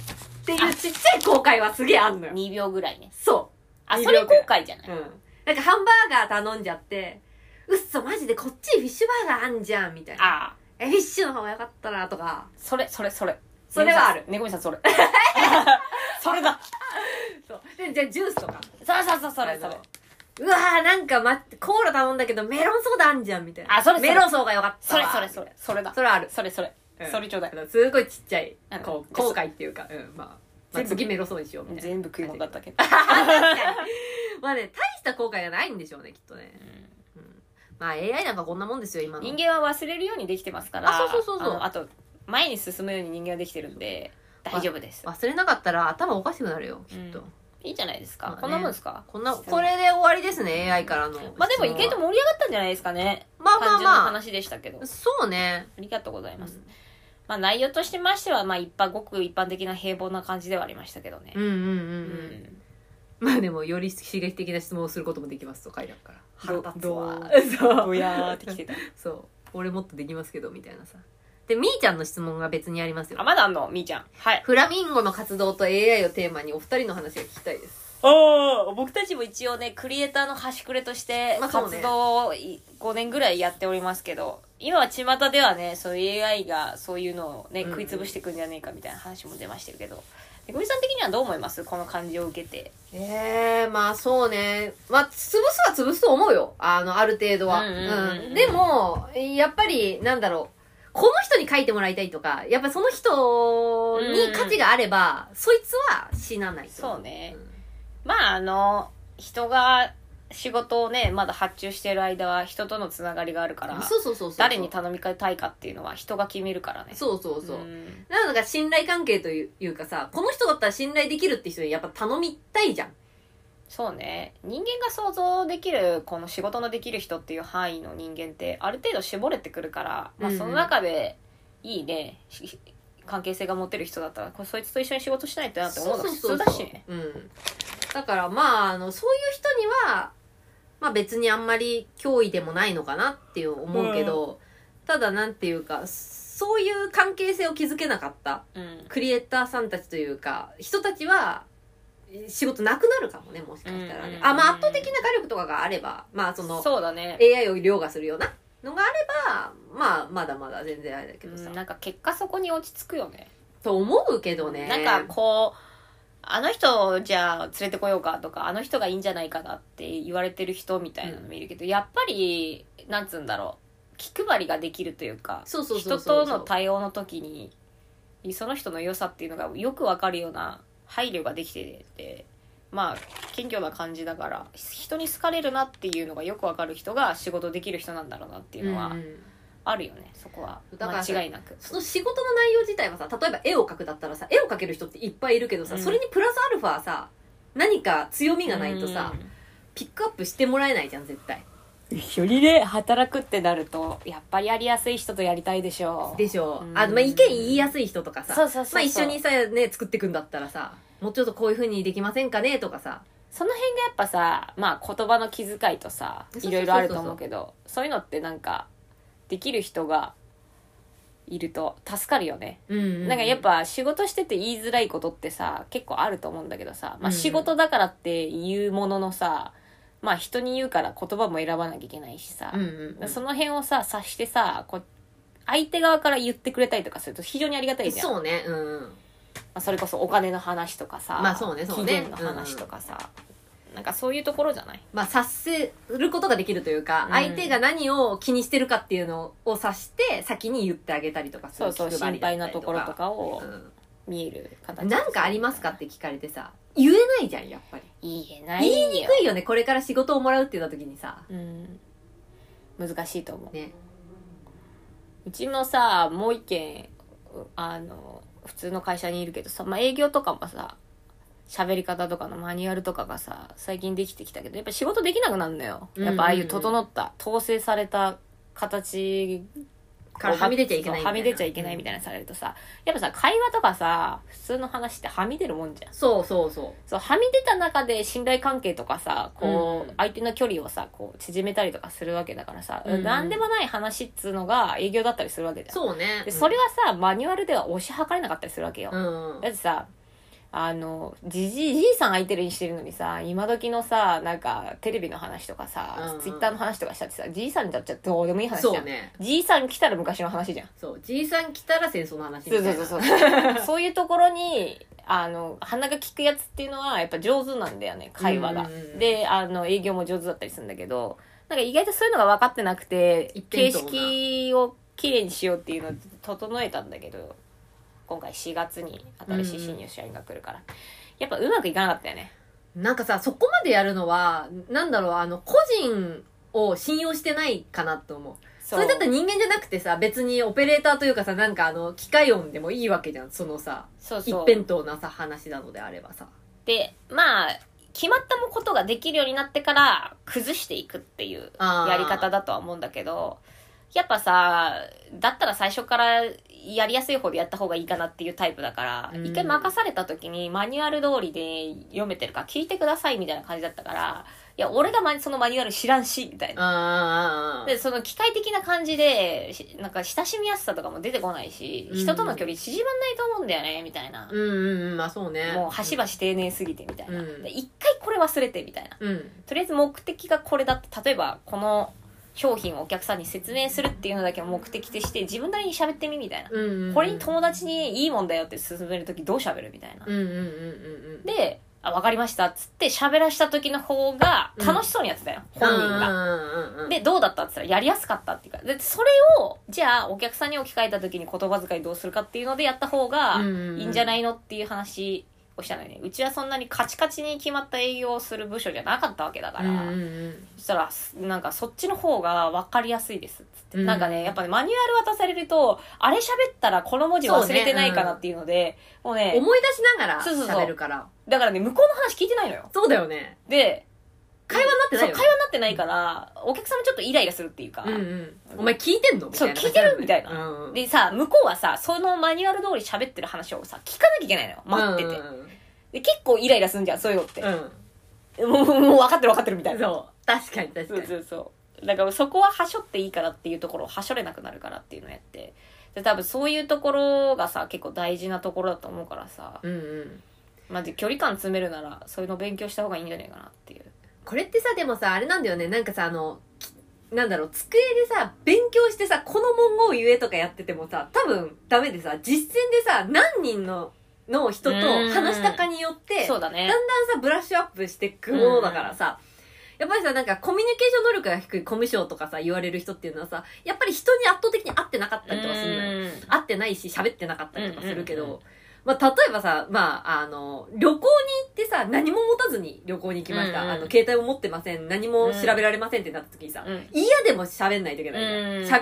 Speaker 2: ていうちっちゃい後悔はすげえあんのよ
Speaker 1: ん、。2秒ぐらいね
Speaker 2: そう。
Speaker 1: あ
Speaker 2: 2
Speaker 1: それ後
Speaker 2: 秒くらい
Speaker 1: 悔じゃない、
Speaker 2: うん。なんかハンバーガー頼んじゃって、うっそ、マジでこっちにフィッシュバーガーあんじゃん、みたいな。
Speaker 1: ああ
Speaker 2: え、フィッシュの方が良かったな、とか。
Speaker 1: それそれそれ
Speaker 2: それはある
Speaker 1: 猫みさん それそれだ
Speaker 2: そう。で、じゃあジュースとか。
Speaker 1: それそれそれそれそれ
Speaker 2: うわーなんか、ま、コーラ頼んだけどメロンソーダあんじゃん、みたいな。
Speaker 1: あそれそれ
Speaker 2: メロンソーダが良かった
Speaker 1: それ
Speaker 2: わ。
Speaker 1: それそれそれだ
Speaker 2: それある。
Speaker 1: それそれ
Speaker 2: うん
Speaker 1: それちょうだい
Speaker 2: あのすごいちっちゃい
Speaker 1: うん
Speaker 2: こう後悔っていうか、うんまあ、まあ
Speaker 1: 全部
Speaker 2: 次メロそうにしようみ たいな
Speaker 1: 全部食い物だったけど、
Speaker 2: まあね大した後悔がないんでしょうねきっとねまあ AI なんかこんなもんですよ今の
Speaker 1: 人間は忘れるようにできてますから
Speaker 2: あそうそうそうそう
Speaker 1: あのあと前に進むように人間はできてるんで大丈夫です
Speaker 2: 忘れなかったら頭おかしくなるよきっと、
Speaker 1: うんいいじゃないですか、
Speaker 2: まあね
Speaker 1: こんなもんですか
Speaker 2: こんなこれで終わりですね AI からの
Speaker 1: まあでも意外と
Speaker 2: も
Speaker 1: 盛り上がったんじゃないですかね
Speaker 2: まあま
Speaker 1: 感
Speaker 2: あ
Speaker 1: じの
Speaker 2: ま
Speaker 1: 話でしたけど、
Speaker 2: あそうね、
Speaker 1: ありがとうございます、
Speaker 2: うん
Speaker 1: まあ内容としてましてはまあ一般ごく一般的な平凡な感じではありましたけどね
Speaker 2: うんうんうんう
Speaker 1: うん
Speaker 2: まあでもより刺激的な質問をすることもできますと快楽から
Speaker 1: 腹立つわ
Speaker 2: ど うそう
Speaker 1: ぼやーってきてた
Speaker 2: そう俺もっとできますけどみたいなさでみーちゃんの質問が別にありますよ
Speaker 1: あまだあんのみーちゃんはい
Speaker 2: フラミンゴの活動と AI をテーマにお二人の話が聞きたいです。
Speaker 1: ああ僕たちも一応ねクリエイターの端くれとして
Speaker 2: まあそうね
Speaker 1: 活動を5年ぐらいやっておりますけど今は巷ではねそういう AI がそういうのをね
Speaker 2: うんうん
Speaker 1: 食い潰していくんじゃねえかみたいな話も出ましたけどでみさん的にはどう思いますこの感じを受けて
Speaker 2: ええまあそうね。まあ、潰すは潰すと思うよ。あの、ある程度は。
Speaker 1: うんうんうんうん
Speaker 2: うんでも、やっぱり、なんだろう。この人に書いてもらいたいとか、やっぱりその人に価値があれば、そいつは死なないと思
Speaker 1: そうね
Speaker 2: ん
Speaker 1: まああの人が仕事をねまだ発注してる間は人とのつながりがあるから
Speaker 2: そうそうそうそう。
Speaker 1: 誰に頼みたいかっていうのは人が決めるからね
Speaker 2: そうそうそう。
Speaker 1: ん
Speaker 2: なのだから信頼関係というかさ、この人だったら信頼できるって人にやっぱ頼みたいじゃん。
Speaker 1: そうね人間が想像できるこの仕事のできる人っていう範囲の人間ってある程度絞れてくるから、まあ、
Speaker 2: うんうん
Speaker 1: その中でいいね、し関係性が持てる人だったらこれそいつと一緒に仕事しないとなって思うのが普通だしね
Speaker 2: そうそうそうそううんだからまああのそういう人には、まあ、別にあんまり脅威でもないのかなっていう思うけど、ただなんていうかそういう関係性を築けなかった
Speaker 1: うん
Speaker 2: クリエイターさんたちというか人たちはえ仕事なくなるかもねもしかしたら
Speaker 1: うんうん
Speaker 2: ね、
Speaker 1: うん
Speaker 2: あまあ圧倒的な画力とかがあればまあその
Speaker 1: そうだね
Speaker 2: AI を凌駕するようなのがあればまあまだまだ全然あれだけどさ、
Speaker 1: うんなんか結果そこに落ち着くよね
Speaker 2: と思うけどね
Speaker 1: なんかこうあの人をじゃあ連れてこようかとかあの人がいいんじゃないかなって言われてる人みたいなのもいるけど、やっぱりなんつうんだろう気配りができるというか
Speaker 2: そうそうそうそ
Speaker 1: 人
Speaker 2: う
Speaker 1: との対応の時にその人の良さっていうのがよくわかるような配慮ができててまあ謙虚な感じだから人に好かれるなっていうのがよくわかる人が仕事できる人なんだろうなっていうの
Speaker 2: う
Speaker 1: は
Speaker 2: んうん
Speaker 1: あるよね、そこは
Speaker 2: だからさ
Speaker 1: 間違いなく。
Speaker 2: その仕事の内容自体はさ例えば絵を描くだったらさ絵を描ける人っていっぱいいるけどさ、
Speaker 1: うん
Speaker 2: それにプラスアルファさ何か強みがないとさ、
Speaker 1: うん
Speaker 2: ピックアップしてもらえないじゃん絶対
Speaker 1: よりで働くってなるとやっぱりやりやすい人とやりたいでしょう
Speaker 2: でしょ、
Speaker 1: うん
Speaker 2: あのまあ、意見言いやすい人とかさ
Speaker 1: そうそうそうそう
Speaker 2: まあ、一緒にさ、ね、作っていくんだったらさもうちょっとこういうふうにできませんかねとかさ
Speaker 1: その辺がやっぱさ、まあ、言葉の気遣いとさ
Speaker 2: そうそ
Speaker 1: いうろい
Speaker 2: そうそう
Speaker 1: ろあると思うけどそういうのってなんかできる人がいると助かるよね、
Speaker 2: うんうん
Speaker 1: なんかやっぱ仕事してて言いづらいことってさ結構あると思うんだけどさ、まあ、
Speaker 2: うんうん
Speaker 1: 仕事だからって言うもののさ、まあ人に言うから言葉も選ばなきゃいけないしさ、
Speaker 2: うんうんうん
Speaker 1: その辺をさ察してさこう相手側から言ってくれたりとかすると非常にありがたいじゃん
Speaker 2: そうねうんうん
Speaker 1: まあ、それこそお金の話とかさ、
Speaker 2: まあそうねそうね
Speaker 1: 期限の話とかさ、なんかそういうところじゃない
Speaker 2: まあ察せることができるというか、
Speaker 1: うん
Speaker 2: 相手が何を気にしてるかっていうのを察して先に言ってあげたりとかす
Speaker 1: そ
Speaker 2: る
Speaker 1: うそう
Speaker 2: 気配
Speaker 1: 心
Speaker 2: りだった
Speaker 1: 配
Speaker 2: り
Speaker 1: なところとかを
Speaker 2: うん
Speaker 1: 見える形
Speaker 2: なんかありますかって聞かれてさ、言えないじゃん、やっぱり。
Speaker 1: 言えない
Speaker 2: 言
Speaker 1: よ
Speaker 2: いにくいよね、これから仕事をもらうって言った時にさ。
Speaker 1: うん、難しいと思う
Speaker 2: ね。
Speaker 1: うちもさもう一件うあの普通の会社にいるけどさ、まあ、営業とかもさ喋り方とかのマニュアルとかがさ最近できてきたけどやっぱ仕事できなくなるのよやっぱああいう整った統制された形
Speaker 2: からはみ出ちゃいけない
Speaker 1: そ
Speaker 2: み
Speaker 1: う
Speaker 2: た
Speaker 1: はい
Speaker 2: な
Speaker 1: み出ちゃいけないみたいなのされるとさやっぱさ会話とかさ普通の話ってはみ出るもんじゃん
Speaker 2: そうそうそう
Speaker 1: そうはみ出た中で信頼関係とかさこう、
Speaker 2: うん
Speaker 1: 相手の距離をさこう縮めたりとかするわけだからさ、
Speaker 2: うん
Speaker 1: 何でもない話っつうのが営業だったりするわけじゃん
Speaker 2: そうね
Speaker 1: でそれはさマニュアルでは推し量れなかったりするわけよ、
Speaker 2: うん、うん
Speaker 1: だってさあのじじいじいさん相手にしてるのにさ今時のさなんかテレビの話とかさ、
Speaker 2: うん
Speaker 1: ツイッターの話とかしたってさじいさんだっちゃどうでもいい話じゃ、
Speaker 2: そうんね
Speaker 1: じいさん来たら昔の話じゃん
Speaker 2: そうじいさん来たら戦争の話み
Speaker 1: そ
Speaker 2: た
Speaker 1: う
Speaker 2: い
Speaker 1: そうそう
Speaker 2: な
Speaker 1: そうそういうところにあの鼻が利くやつっていうのはやっぱ上手なんだよね会話が
Speaker 2: うんうんうん
Speaker 1: であの営業も上手だったりするんだけどなんか意外とそういうのが分かってなくて
Speaker 2: 一
Speaker 1: 形
Speaker 2: 辺倒な
Speaker 1: 式をきれいにしようっていうのを整えたんだけど今回4月に新しい新入社員が来るから、やっぱうまくいかなかったよね
Speaker 2: なんかさそこまでやるのはなんだろうあの個人を信用してないかなと思うそれだったら人間じゃなくてさ別にオペレーターというかさなんかあの機械音でもいいわけじゃんそのさ
Speaker 1: そう
Speaker 2: 一
Speaker 1: そう
Speaker 2: 辺倒なさ話なのであればさ
Speaker 1: でまあ決まったことができるようになってから崩していくっていう
Speaker 2: あー
Speaker 1: やり方だとは思うんだけどやっぱさだったら最初からやりやすい方でやった方がいいかなっていうタイプだから、
Speaker 2: うん
Speaker 1: 一回任された時にマニュアル通りで読めてるか聞いてくださいみたいな感じだったからいや俺がマニそのマニュアル知らんしみたいな。
Speaker 2: あーあーあー
Speaker 1: でその機械的な感じでしなんか親しみやすさとかも出てこないし、
Speaker 2: うん
Speaker 1: 人との距離縮まんないと思うんだよねみたいな、
Speaker 2: うんうんうんまあそうね
Speaker 1: もう端々丁寧すぎてみたいな、
Speaker 2: うん
Speaker 1: で一回これ忘れてみたいな
Speaker 2: うん
Speaker 1: とりあえず目的がこれだって例えばこの商品をお客さんに説明するっていうのだけを目的として自分なりに喋ってみみたいな、
Speaker 2: うんうんうん
Speaker 1: これに友達にいいもんだよって勧める時どう喋るみたいな、
Speaker 2: うんうんうんうんうん
Speaker 1: で「あ分かりました」っつって喋らした時の方が楽しそうにやってたよ、本人が。
Speaker 2: が
Speaker 1: で、どうだったって言ったら、やりやすかったっていうか、で、それを、じゃあ、お客さんに置き換えた時に言葉遣いどうするかっていうのでやった方が、いいんじゃないいのっていう話をしたのよね。うちはそんなにカチカチに決まった営業をする部署じゃなかったわけだ
Speaker 2: か
Speaker 1: から、そしたら、すなんかそっちの方が分かりやすいですっつって。なんかね、やっぱね、マニュアル渡されると、あれ喋ったらこの文字忘れてないかなっていうので、もうね、
Speaker 2: 思い出しながら
Speaker 1: そうそうそう
Speaker 2: 喋るから
Speaker 1: だからね、向こうの話聞いてないのよ。
Speaker 2: そうだよね
Speaker 1: で、
Speaker 2: 会話になって
Speaker 1: そう、
Speaker 2: ない
Speaker 1: 会
Speaker 2: よ
Speaker 1: 話
Speaker 2: ね
Speaker 1: になってないから、お客さんもちょっとイライラするっていうか、
Speaker 2: うんうんお前聞いてんのみたいな
Speaker 1: そう聞いてるみたいな
Speaker 2: うんうん
Speaker 1: でさ、向こうはさ、そのマニュアル通り喋ってる話をさ、聞かなきゃいけないのよ。待ってて。
Speaker 2: て
Speaker 1: で、結構イライラすんじゃん、そういうのって
Speaker 2: う。ん
Speaker 1: もう、もう分かってる分かってるみたいな。
Speaker 2: そう確かに確か
Speaker 1: そ
Speaker 2: に
Speaker 1: うそうそうだからそこははしょっていいからっていうところをはしょれなくなるからっていうのをやってで多分そういうところがさ結構大事なところだと思うからさ
Speaker 2: うんうん
Speaker 1: マジ距離感詰めるならそういうの勉強した方がいいんじゃないかなっていう
Speaker 2: これってさでもさあれなんだよねなんかさあのきなんだろう机でさ勉強してさこの文言を言えとかやっててもさ多分ダメでさ実践でさ何人のの人と話したかによって
Speaker 1: そうだね
Speaker 2: だんだんさブラッシュアップしてくものだからさ、やっぱりさなんかコミュニケーション能力が低いコミュ障とかさ言われる人っていうのはさやっぱり人に圧倒的に合ってなかったりとかするのよ
Speaker 1: うん
Speaker 2: 合ってないし喋ってなかったりとかするけど、
Speaker 1: うんうん
Speaker 2: まあ、例えばさ、まあ、あの旅行に行ってさ何も持たずに旅行に行きました、
Speaker 1: うんうん
Speaker 2: あの携帯を持ってません何も調べられませんってなった時にさ、
Speaker 1: うん
Speaker 2: 嫌でも喋んないといけないじゃん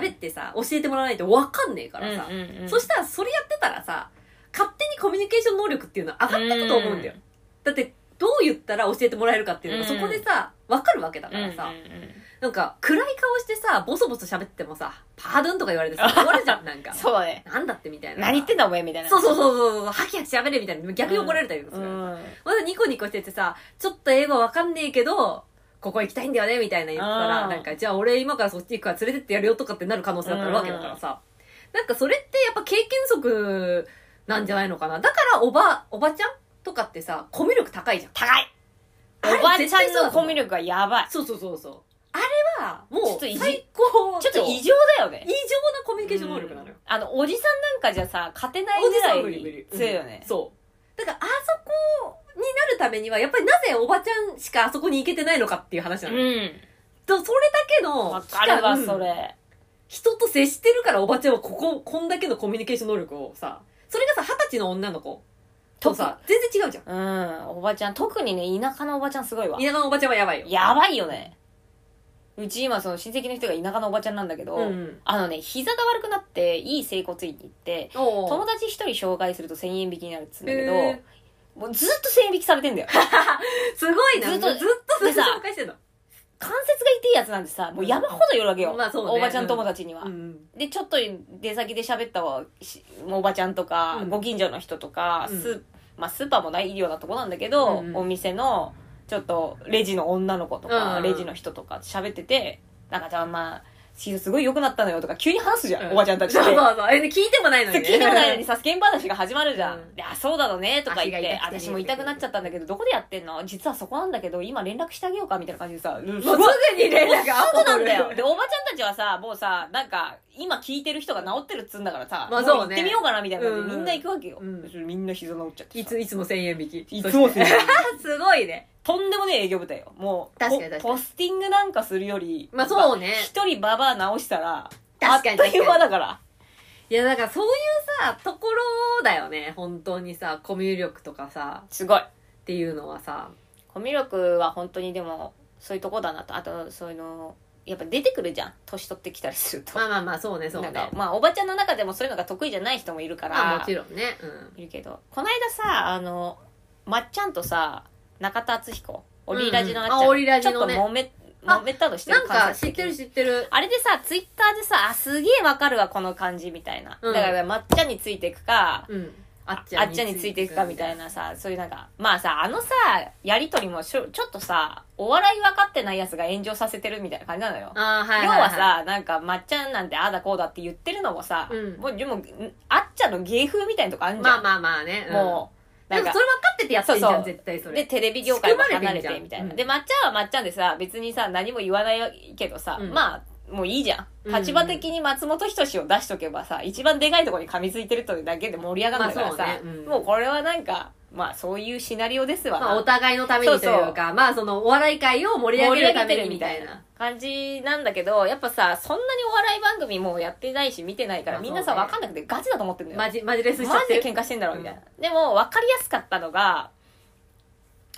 Speaker 1: うん
Speaker 2: 喋ってさ教えてもらわないと分かんねえからさ、
Speaker 1: うんうんうん
Speaker 2: そしたらそれやってたらさ勝手にコミュニケーション能力っていうのは上がってくと思うんだよ、だってどう言ったら教えてもらえるかっていうのがそ
Speaker 1: うん
Speaker 2: こでさ分かるわけだ
Speaker 1: う
Speaker 2: か
Speaker 1: んうん
Speaker 2: らさ、
Speaker 1: うん
Speaker 2: なんか暗い顔してさボソボソ喋ってもさ「パードゥン」とか言われてさ終わるじゃんなんか
Speaker 1: そうだね
Speaker 2: なんだってみたいな
Speaker 1: 何言ってんだお前みたいな
Speaker 2: そうそうそうそうそうハキハキ喋れみたいな逆に怒られたりもす
Speaker 1: う
Speaker 2: る、
Speaker 1: ん
Speaker 2: まだニコニコしててさちょっと英語わかんねえけどここ行きたいんだよねみたいな言ってた
Speaker 1: あ
Speaker 2: ら
Speaker 1: ー
Speaker 2: なんかじゃあ俺今からそっち行くから連れてってやるよとかってなる可能性だったらわけだからさ、なんかそれってやっぱ経験則なんじゃないのかなだからおばおばちゃんとかってさコミュ力高いじゃん
Speaker 1: 高い
Speaker 2: あれ
Speaker 1: おばあち
Speaker 2: 絶対そ
Speaker 1: ゃん
Speaker 2: うだ
Speaker 1: の
Speaker 2: と思う
Speaker 1: コミュ力がやばい
Speaker 2: そうそうそうそうあれは
Speaker 1: ちょ
Speaker 2: も
Speaker 1: っというじ
Speaker 2: 最高
Speaker 1: ちょっと異
Speaker 2: 異
Speaker 1: 常だよね
Speaker 2: 常なコミュニケーション能力なのよ、
Speaker 1: あのおじさんなんかじゃさ勝てない
Speaker 2: おじ
Speaker 1: ぐ
Speaker 2: さ
Speaker 1: ら
Speaker 2: んは無理無
Speaker 1: い
Speaker 2: 理
Speaker 1: 強いよね
Speaker 2: うんそうだからあそこになるためにはやっぱりなぜおばちゃんしかあそこに行けてないのかっていう話なの、
Speaker 1: ん
Speaker 2: とそれだけの
Speaker 1: わかるわ、
Speaker 2: 期間
Speaker 1: それ。
Speaker 2: 人と接してるからおばちゃんはこここんだけのコミュニケーション能力をさそれがさ二十歳の女の子とさ全然違うじゃん
Speaker 1: うん、おばちゃん。特にね、田舎のおばちゃんすごいわ。
Speaker 2: 田舎のおばちゃんはやばいよ
Speaker 1: やばいよね。うち今その親戚の人が田舎のおばちゃんなんだけど、
Speaker 2: うん。
Speaker 1: あのね膝が悪くなっていい整骨院に行って
Speaker 2: お
Speaker 1: 友達一人紹介すると1000円引きになるっつうんだけど、
Speaker 2: え
Speaker 1: もうずっと1000円引きされてんだよ
Speaker 2: ーすごいな。
Speaker 1: ずっ
Speaker 2: ずっ
Speaker 1: と
Speaker 2: と、ずっと
Speaker 1: でさ
Speaker 2: 紹介してんの。
Speaker 1: 関節が痛いやつなんてさもう山ほど寄るわけよ、
Speaker 2: まあそうね
Speaker 1: おばちゃん友達には、
Speaker 2: うん。
Speaker 1: でちょっと出先で喋ったわしおばちゃんとか、
Speaker 2: うん
Speaker 1: ご近所の人とか、
Speaker 2: うん
Speaker 1: スまあ、スーパーもないようなとこなんだけど、
Speaker 2: うんうん
Speaker 1: お店のちょっとレジの女の子とか、
Speaker 2: うん
Speaker 1: レジの人とか喋っててなんかじゃあまあシールすごい良くなったのよとか急に話すじゃん、
Speaker 2: う
Speaker 1: おばちゃんたちって。
Speaker 2: そうそうそう。え、聞いてもないの
Speaker 1: そ
Speaker 2: に
Speaker 1: う
Speaker 2: ね。
Speaker 1: 聞いてもないのにさ、スケン話が始まるじゃん。
Speaker 2: うん
Speaker 1: で、あ、そうだろうね、とか言っ
Speaker 2: 足
Speaker 1: て
Speaker 2: が、痛くてね
Speaker 1: 私も痛くなっちゃったんだけど、どこでやってんの実はそこなんだけど、今連絡してあげようか、みたいな感じでさ、す
Speaker 2: もうすぐに連絡あ
Speaker 1: そうなんだよ。 で、おばちゃんたちはさ、もうさ、なんか、今聞いてる人が治ってるっつうんだからさ、
Speaker 2: まあそうね
Speaker 1: も行ってみようかなみたいなので、
Speaker 2: うん
Speaker 1: みんな行くわけよ。
Speaker 2: うん
Speaker 1: そしたらみんな膝治っちゃってさ。
Speaker 2: いつ、いつも1000円引き。
Speaker 1: いつも
Speaker 2: そし
Speaker 1: 1000
Speaker 2: て
Speaker 1: 円
Speaker 2: すごいね。
Speaker 1: とんでもねえ営業部隊よ。もう、
Speaker 2: 確かに確かに
Speaker 1: ポポスティングなんかするより、
Speaker 2: まあそうね
Speaker 1: 一人ババア直したら、
Speaker 2: 確かに
Speaker 1: あっという間だから。
Speaker 2: いや、だからそういうさ、ところだよね。本当にさ、コミュ力とかさ、
Speaker 1: すごい。
Speaker 2: っていうのはさ。
Speaker 1: コミュ力は本当にでも、そういうとこだなと。あと、そういうの、やっぱ出てくるじゃん。年取ってきたりすると。
Speaker 2: まあまあまあ、そうね、そうね。
Speaker 1: なんかまあ、おばちゃんの中でもそういうのが得意じゃない人もいるから。
Speaker 2: まあもちろんね。うん。
Speaker 1: いるけどこの間さあのまっちゃんとさ中田敦彦オリラジのあっちゃん、
Speaker 2: うんうんあオリラジのね
Speaker 1: ちょっと揉め
Speaker 2: あ
Speaker 1: 揉めたのしてる
Speaker 2: なんか、知ってる
Speaker 1: 知ってる
Speaker 2: 知ってる。
Speaker 1: あれでさツイッターでさあすげえわかるわこの感じみたいな、
Speaker 2: うん
Speaker 1: だからまっちゃんについていくか、
Speaker 2: うん。あっち
Speaker 1: あ
Speaker 2: ゃん
Speaker 1: っちゃんについていくかみたい。なさそういうなんかまあさあのさやりとりもしょちょっとさお笑い分かってないやつが炎上させてるみたいな感じなのよ
Speaker 2: ああ、はいいい。
Speaker 1: 要はさなんかまっちゃんなんてああだこうだって言ってるのもさ、
Speaker 2: うん
Speaker 1: もうでもんあっちゃんの芸風みたいなとこあんじゃん、
Speaker 2: まあまあまあね。うん
Speaker 1: もう、
Speaker 2: で
Speaker 1: なん
Speaker 2: も
Speaker 1: か
Speaker 2: そ、れ分かっててやってんじ
Speaker 1: そ
Speaker 2: ゃ
Speaker 1: うそ
Speaker 2: ん、
Speaker 1: う
Speaker 2: 絶対そ
Speaker 1: で、
Speaker 2: れ。
Speaker 1: テレビ業界も
Speaker 2: 仕組ま
Speaker 1: 離
Speaker 2: れ
Speaker 1: れて
Speaker 2: てんじゃん
Speaker 1: みたい
Speaker 2: うん
Speaker 1: な。で、まっちゃんはまっちゃんでさ、別にさ、何も言わないけどさ
Speaker 2: う、ん
Speaker 1: まあ、もういいじゃ
Speaker 2: うん
Speaker 1: ん。立場的に松本人志を出しとけばさ、一番でかいところに噛みついてるというだけで盛り上がるんだから
Speaker 2: まあそ
Speaker 1: さ
Speaker 2: うねうん、
Speaker 1: もうこれはなんか、まあそういうシナリオですわ
Speaker 2: まあ、お
Speaker 1: な。
Speaker 2: 互いのためにと
Speaker 1: そ
Speaker 2: いううか、まあ、その、お笑い界を盛り上げるためにみたいな。
Speaker 1: 感じなんだけど、やっぱさ、そんなにお笑い番組もやってないし見てないから、みんなさ、
Speaker 2: まあそ
Speaker 1: わ
Speaker 2: うね
Speaker 1: かんなくてガチだと思ってるのよ。
Speaker 2: マジ、マジレスしちゃ
Speaker 1: マ
Speaker 2: っ
Speaker 1: ジ
Speaker 2: て
Speaker 1: で
Speaker 2: る。
Speaker 1: 喧嘩してんだろうみたいな、でも分かりやすかったのが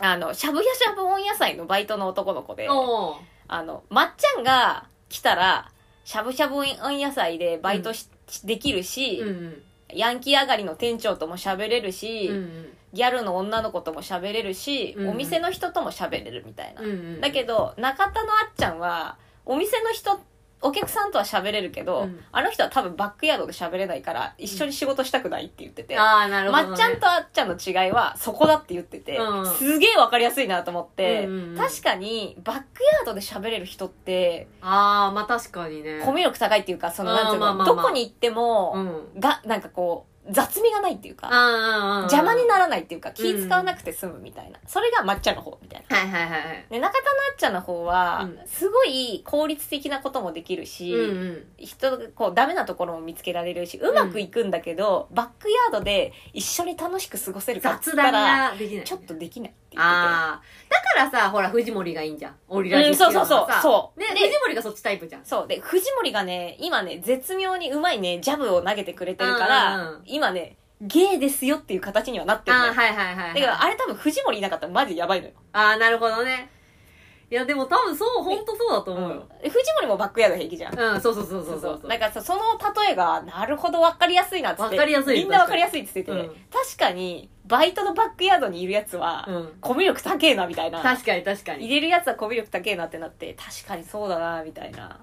Speaker 1: あのしゃぶやしゃぶ温野菜のバイトの男の子で
Speaker 2: おー
Speaker 1: あのまっちゃんが来たらしゃぶしゃぶ温野菜でバイトし、できるし、
Speaker 2: うんうん。
Speaker 1: ヤンキー上がりの店長とも喋れるし、
Speaker 2: うんうん。
Speaker 1: ギャルの女の子とも喋れるし、
Speaker 2: うん
Speaker 1: お店の人とも喋れるみたいな、
Speaker 2: うんうん。
Speaker 1: だけど中田のあっちゃんはお店の人お客さんとは喋れるけど、
Speaker 2: うん
Speaker 1: あの人は多分バックヤードで喋れないから一緒に仕事したくないって言ってて、
Speaker 2: ああ、なるほどね。
Speaker 1: まっちゃんとあっちゃんの違いはそこだって言ってて、
Speaker 2: うん
Speaker 1: すげえわかりやすいなと思って、
Speaker 2: うんうんうん
Speaker 1: 確かにバックヤードで喋れる人って
Speaker 2: ああ、まあ確かにね。
Speaker 1: コミュ力高いっていうかその
Speaker 2: あー
Speaker 1: なんていうの、
Speaker 2: まあまあ
Speaker 1: ど
Speaker 2: まあ
Speaker 1: こに行って
Speaker 2: う
Speaker 1: も、
Speaker 2: ん。
Speaker 1: がなんかこう雑味がないっていう
Speaker 2: あ
Speaker 1: か、
Speaker 2: あ、
Speaker 1: 邪魔に
Speaker 2: る。
Speaker 1: ならないっていうか気使わなくて済むみたいな、それが抹茶の方みたいな。
Speaker 2: はいはいはいはい。
Speaker 1: で中田のあっちゃんの方は、
Speaker 2: うん
Speaker 1: すごい効率的なこともできるし、
Speaker 2: うんうん。
Speaker 1: 人がこうダメなところも見つけられるしうまくいくんだけど、バックヤードで一緒に楽しく過ごせるかっつっ
Speaker 2: 雑
Speaker 1: た
Speaker 2: 談
Speaker 1: ら
Speaker 2: ができない。
Speaker 1: ちょっとできないって言って
Speaker 2: ああ。だからさ、ほら、藤森がいいんじゃん。オリ
Speaker 1: て
Speaker 2: ラジ
Speaker 1: うん、
Speaker 2: ってい
Speaker 1: そう
Speaker 2: の
Speaker 1: そう
Speaker 2: は
Speaker 1: そう
Speaker 2: さ
Speaker 1: そう、
Speaker 2: ね、
Speaker 1: で
Speaker 2: 藤森がそっちタイプじゃん。
Speaker 1: そうで藤森がね今ね絶妙にうまいねジャブを投げてくれてるから、
Speaker 2: うんうんうん
Speaker 1: 今ねゲーですよっていう形にはなってるの
Speaker 2: あ
Speaker 1: よ
Speaker 2: あ、はいはいはいはい。
Speaker 1: だからあれ多分藤森いなかったらマジやばいのよ、
Speaker 2: ああ、なるほどね。いや、でも多分そう、ほんとそうだと思うよ。
Speaker 1: で藤森もバックヤード平気じゃん
Speaker 2: うん、そうそうそうそうそう。
Speaker 1: なんかさその例えがなるほど分かりやすいなっつって
Speaker 2: 分かりやすい
Speaker 1: みんな分かりやすいっつってて、
Speaker 2: うん
Speaker 1: 確かにバイトのバックヤードにいるやつは、
Speaker 2: うん。
Speaker 1: コミュ力高えなみたいな
Speaker 2: 確かに確か
Speaker 1: 入
Speaker 2: に。
Speaker 1: れるやつはコミュ力高えなってなって確かにそうだなみたいな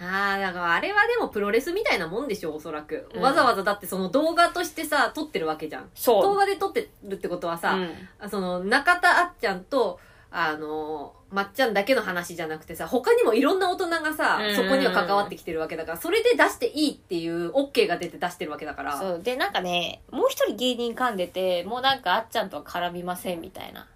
Speaker 2: ああ、だからあれはでもプロレスみたいなもんでしょ、おそらく。
Speaker 1: うん
Speaker 2: わざわざだってその動画としてさ、撮ってるわけじゃん。
Speaker 1: そう
Speaker 2: 動画で撮ってるってことはさ、
Speaker 1: うん
Speaker 2: あその中田あっちゃんとあのまっちゃんだけの話じゃなくてさ他にもいろんな大人がさ
Speaker 1: うん
Speaker 2: そこには関わってきてるわけだからそれで出していいっていう OK が出て出してるわけだから
Speaker 1: そうでなんかねもう一人芸人噛んでてもうなんかあっちゃんとは絡みませんみたいな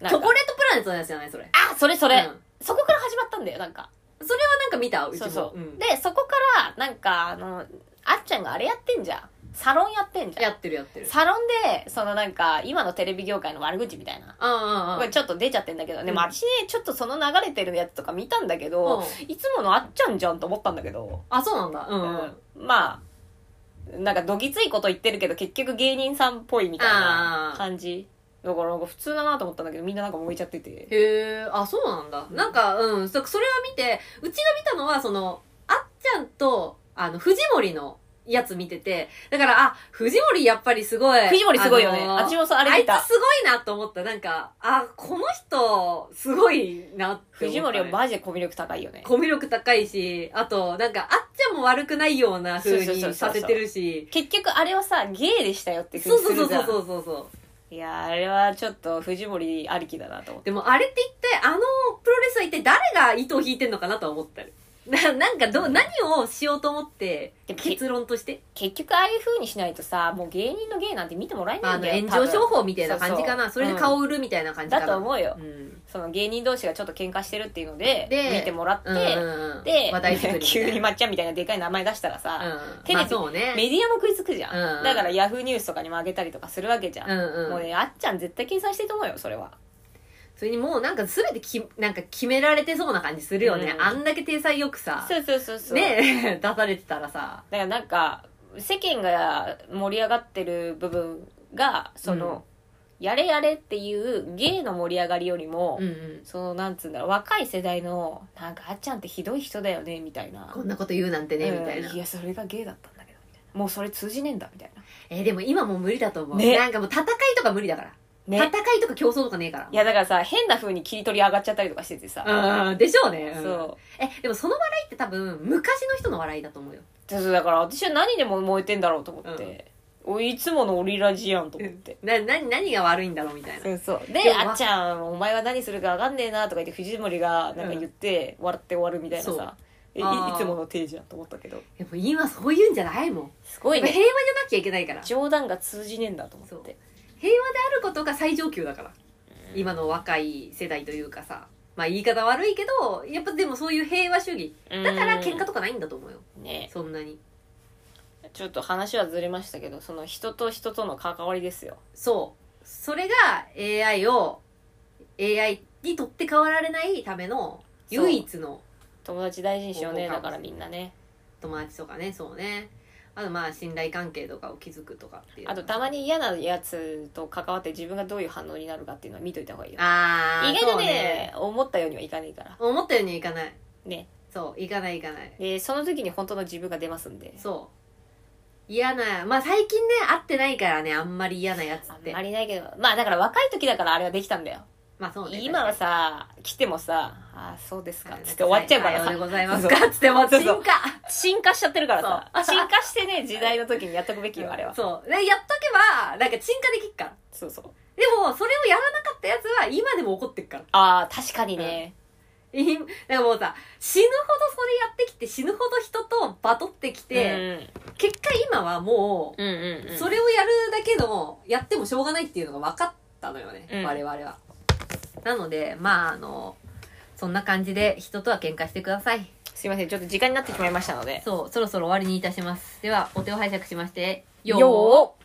Speaker 1: な
Speaker 2: チョ
Speaker 1: んか
Speaker 2: コレートプラネットのやつじゃないそれ
Speaker 1: あそれそ
Speaker 2: そ
Speaker 1: れ、
Speaker 2: うん、
Speaker 1: そこから始まったんだよなんか
Speaker 2: それはなんか見たうち
Speaker 1: そ
Speaker 2: も
Speaker 1: うそう、
Speaker 2: ん
Speaker 1: でそこからなんかあのあっちゃんがあれやってんじゃんサロンやってんじゃ
Speaker 2: や
Speaker 1: ん
Speaker 2: ってるやってる
Speaker 1: サロンでそのなんか今のテレビ業界の悪口みたいな
Speaker 2: うんうん
Speaker 1: こ
Speaker 2: う
Speaker 1: れちょっと出ちゃってんだけど、でも
Speaker 2: うん
Speaker 1: 私ねちょっとその流れてるやつとか見たんだけど、
Speaker 2: んうん
Speaker 1: いつものあっちゃんじゃんと思ったんだけど、
Speaker 2: あそうなんだうんうん、
Speaker 1: うんまあなんかどぎついこと言ってるけど結局芸人さんっぽいみたいな
Speaker 2: あー
Speaker 1: 感じだからなんか普通だなと思ったんだけどみんななんか燃えちゃってて
Speaker 2: へえ、あ、そうなんだ。なんか、うん、そそれは見て、うちが見たのは、その、あっちゃんと、あの、藤森のやつ見てて、だから、あ、藤森やっぱりすごい。
Speaker 1: 藤森すごいよね、
Speaker 2: のー
Speaker 1: あっちもそうあ
Speaker 2: あ
Speaker 1: れ
Speaker 2: い
Speaker 1: 見
Speaker 2: つ
Speaker 1: た
Speaker 2: すごいなと思った。なんか、あ、この人、すごいなって思った、ね。
Speaker 1: 藤森はマジでコミュ力高いよね
Speaker 2: コミュ力高いし、あと、なんか、あっちゃんも悪くないような
Speaker 1: そ
Speaker 2: 風
Speaker 1: うそうそう
Speaker 2: に
Speaker 1: そう
Speaker 2: させてるし。
Speaker 1: 結局あれはさゲイでしたよって風
Speaker 2: そ
Speaker 1: に
Speaker 2: うそ
Speaker 1: す
Speaker 2: う
Speaker 1: る
Speaker 2: そう
Speaker 1: じゃん
Speaker 2: そうそうそう。
Speaker 1: いやーあれはちょっと藤森ありきだなと思って
Speaker 2: でもあれって一体あのプロレスは一体誰が糸を引いてんのかなとは思ったりななんかどう何をしようと思って
Speaker 1: でも
Speaker 2: 結論として
Speaker 1: 結局ああいう風にしないとさもう芸人の芸なんて見てもらえな
Speaker 2: あ
Speaker 1: いん
Speaker 2: の
Speaker 1: だよ
Speaker 2: 炎上
Speaker 1: 多
Speaker 2: 商
Speaker 1: 分
Speaker 2: 法みたいな感じかな
Speaker 1: そ
Speaker 2: そう
Speaker 1: そう
Speaker 2: れで顔を売るみたいな感じかな
Speaker 1: だと思うよ、
Speaker 2: うん
Speaker 1: その芸人同士がちょっと喧嘩してるっていうので
Speaker 2: で
Speaker 1: 見てもらって、
Speaker 2: うんうんうん
Speaker 1: で
Speaker 2: 話題作りみた い な
Speaker 1: 急にまっちゃんみたいなでかい名前出したらさ、
Speaker 2: うん
Speaker 1: テレビ
Speaker 2: まあそうね
Speaker 1: メディアも食いつくじゃん、
Speaker 2: うんうん
Speaker 1: だからヤフーニュースとかにもあげたりとかするわけじゃん、
Speaker 2: うんうん
Speaker 1: もうねあっちゃん絶対計算してると思うよそれは
Speaker 2: それにもうなんか全てきなんか決められてそうな感じするよね、
Speaker 1: うん
Speaker 2: あんだけ体裁よくさ
Speaker 1: そうそうそうそう
Speaker 2: ね 出されてたらさ
Speaker 1: だからなんか世間が盛り上がってる部分がその、やれやれっていう芸の盛り上がりよりも、
Speaker 2: うんうん
Speaker 1: そのなんつうんだろう若い世代のなんかあっちゃんってひどい人だよねみたいな
Speaker 2: こんなこと言うなんてね、みたいな
Speaker 1: うんいやそれが芸だったんだけどみたいなもうそれ通じねえんだみたい
Speaker 2: えーでも今もう無理だと思う、
Speaker 1: ね
Speaker 2: なんかもう戦いとか無理だから
Speaker 1: なね
Speaker 2: 戦いとか競争とかねえから。
Speaker 1: いやだからさ変な風に切り取り上がっちゃったりとかしててさ、
Speaker 2: うん、でしょうね。うん
Speaker 1: そう
Speaker 2: え、でもその笑いって多分、昔の人の笑いだと思うよ。
Speaker 1: そうそうだから私は何でも燃えてんだろうと思って、おいいつものオリラジやんと思って、
Speaker 2: な、な、何が悪いんだろうみたいな。
Speaker 1: そうそうで
Speaker 2: でも
Speaker 1: あっちゃんお前は何するか分かんねえなとか言って藤森がなんか言って、笑って終わるみたいな
Speaker 2: そ
Speaker 1: さ
Speaker 2: う
Speaker 1: えいい
Speaker 2: あー
Speaker 1: つもの定時やんと思ったけど
Speaker 2: でも今そういうんじゃないもん。
Speaker 1: すごい
Speaker 2: 平和じ
Speaker 1: ね
Speaker 2: ゃなきゃいけないか ら。
Speaker 1: 冗談が通じねえんだと思
Speaker 2: そ
Speaker 1: っ
Speaker 2: う
Speaker 1: て
Speaker 2: 平和であることが最上級だから。今の若い世代というかさ。まあ言い方悪いけど、やっぱでもそういう平和主義。だから喧嘩とかないんだと思うよ。
Speaker 1: うんね
Speaker 2: そんなに。
Speaker 1: ちょっと話はずれましたけどその人と人との関わりですよ
Speaker 2: そう。それが AI を、AI に取って代わられないための唯一の
Speaker 1: 友達大事にしようね
Speaker 2: そう
Speaker 1: だからみんなね
Speaker 2: 友達とかねそうねあとまあ信頼関係とかを築くとかっていうの
Speaker 1: あ
Speaker 2: が
Speaker 1: とたまに嫌なやつと関わって自分がどういう反応になるかっていうのは見といた方がいいよ
Speaker 2: あー
Speaker 1: 意外と
Speaker 2: そう
Speaker 1: ね思ったようにはいかないから
Speaker 2: 思ったようにはいかない
Speaker 1: ね
Speaker 2: そういかないいかない
Speaker 1: でその時に本当の自分が出ますんで
Speaker 2: そう嫌なまあ最近ね会ってないからねあんまり嫌なやつっ
Speaker 1: あん
Speaker 2: て
Speaker 1: まりないけどまあだから若い時だからあれはできたんだよ、
Speaker 2: まあそうね
Speaker 1: 今はさ来てもさ「ああそうです
Speaker 2: 確
Speaker 1: か」っ
Speaker 2: かに
Speaker 1: つって終わっちゃうから
Speaker 2: さよで
Speaker 1: さ
Speaker 2: ございますかっつってもう
Speaker 1: そう
Speaker 2: 進
Speaker 1: そう
Speaker 2: 化
Speaker 1: 進化しちゃってるからさ
Speaker 2: そう
Speaker 1: 進化してね時代の時にやっとくべきよあれは
Speaker 2: そうでやっとけばなんか進化できっから
Speaker 1: そうそう
Speaker 2: でもそれをやらなかったやつは今でも怒ってっから
Speaker 1: ああ確かにね、
Speaker 2: いなんかもうさ死ぬほどそれやってきて死ぬほど人とバトってきて、結果今はも
Speaker 1: うん、うんうんう
Speaker 2: う、
Speaker 1: ん
Speaker 2: それをやるだけの、やってもしょうがないっていうのが分かったのよね、
Speaker 1: うん
Speaker 2: 我々は。なので、まあ、あの、そんな感じで人とは喧嘩してください。
Speaker 1: すいませんちょっと時間になってしまいましたので
Speaker 2: そう、そろそろ終わりにいたします。では、お手を拝借しまして、
Speaker 1: よー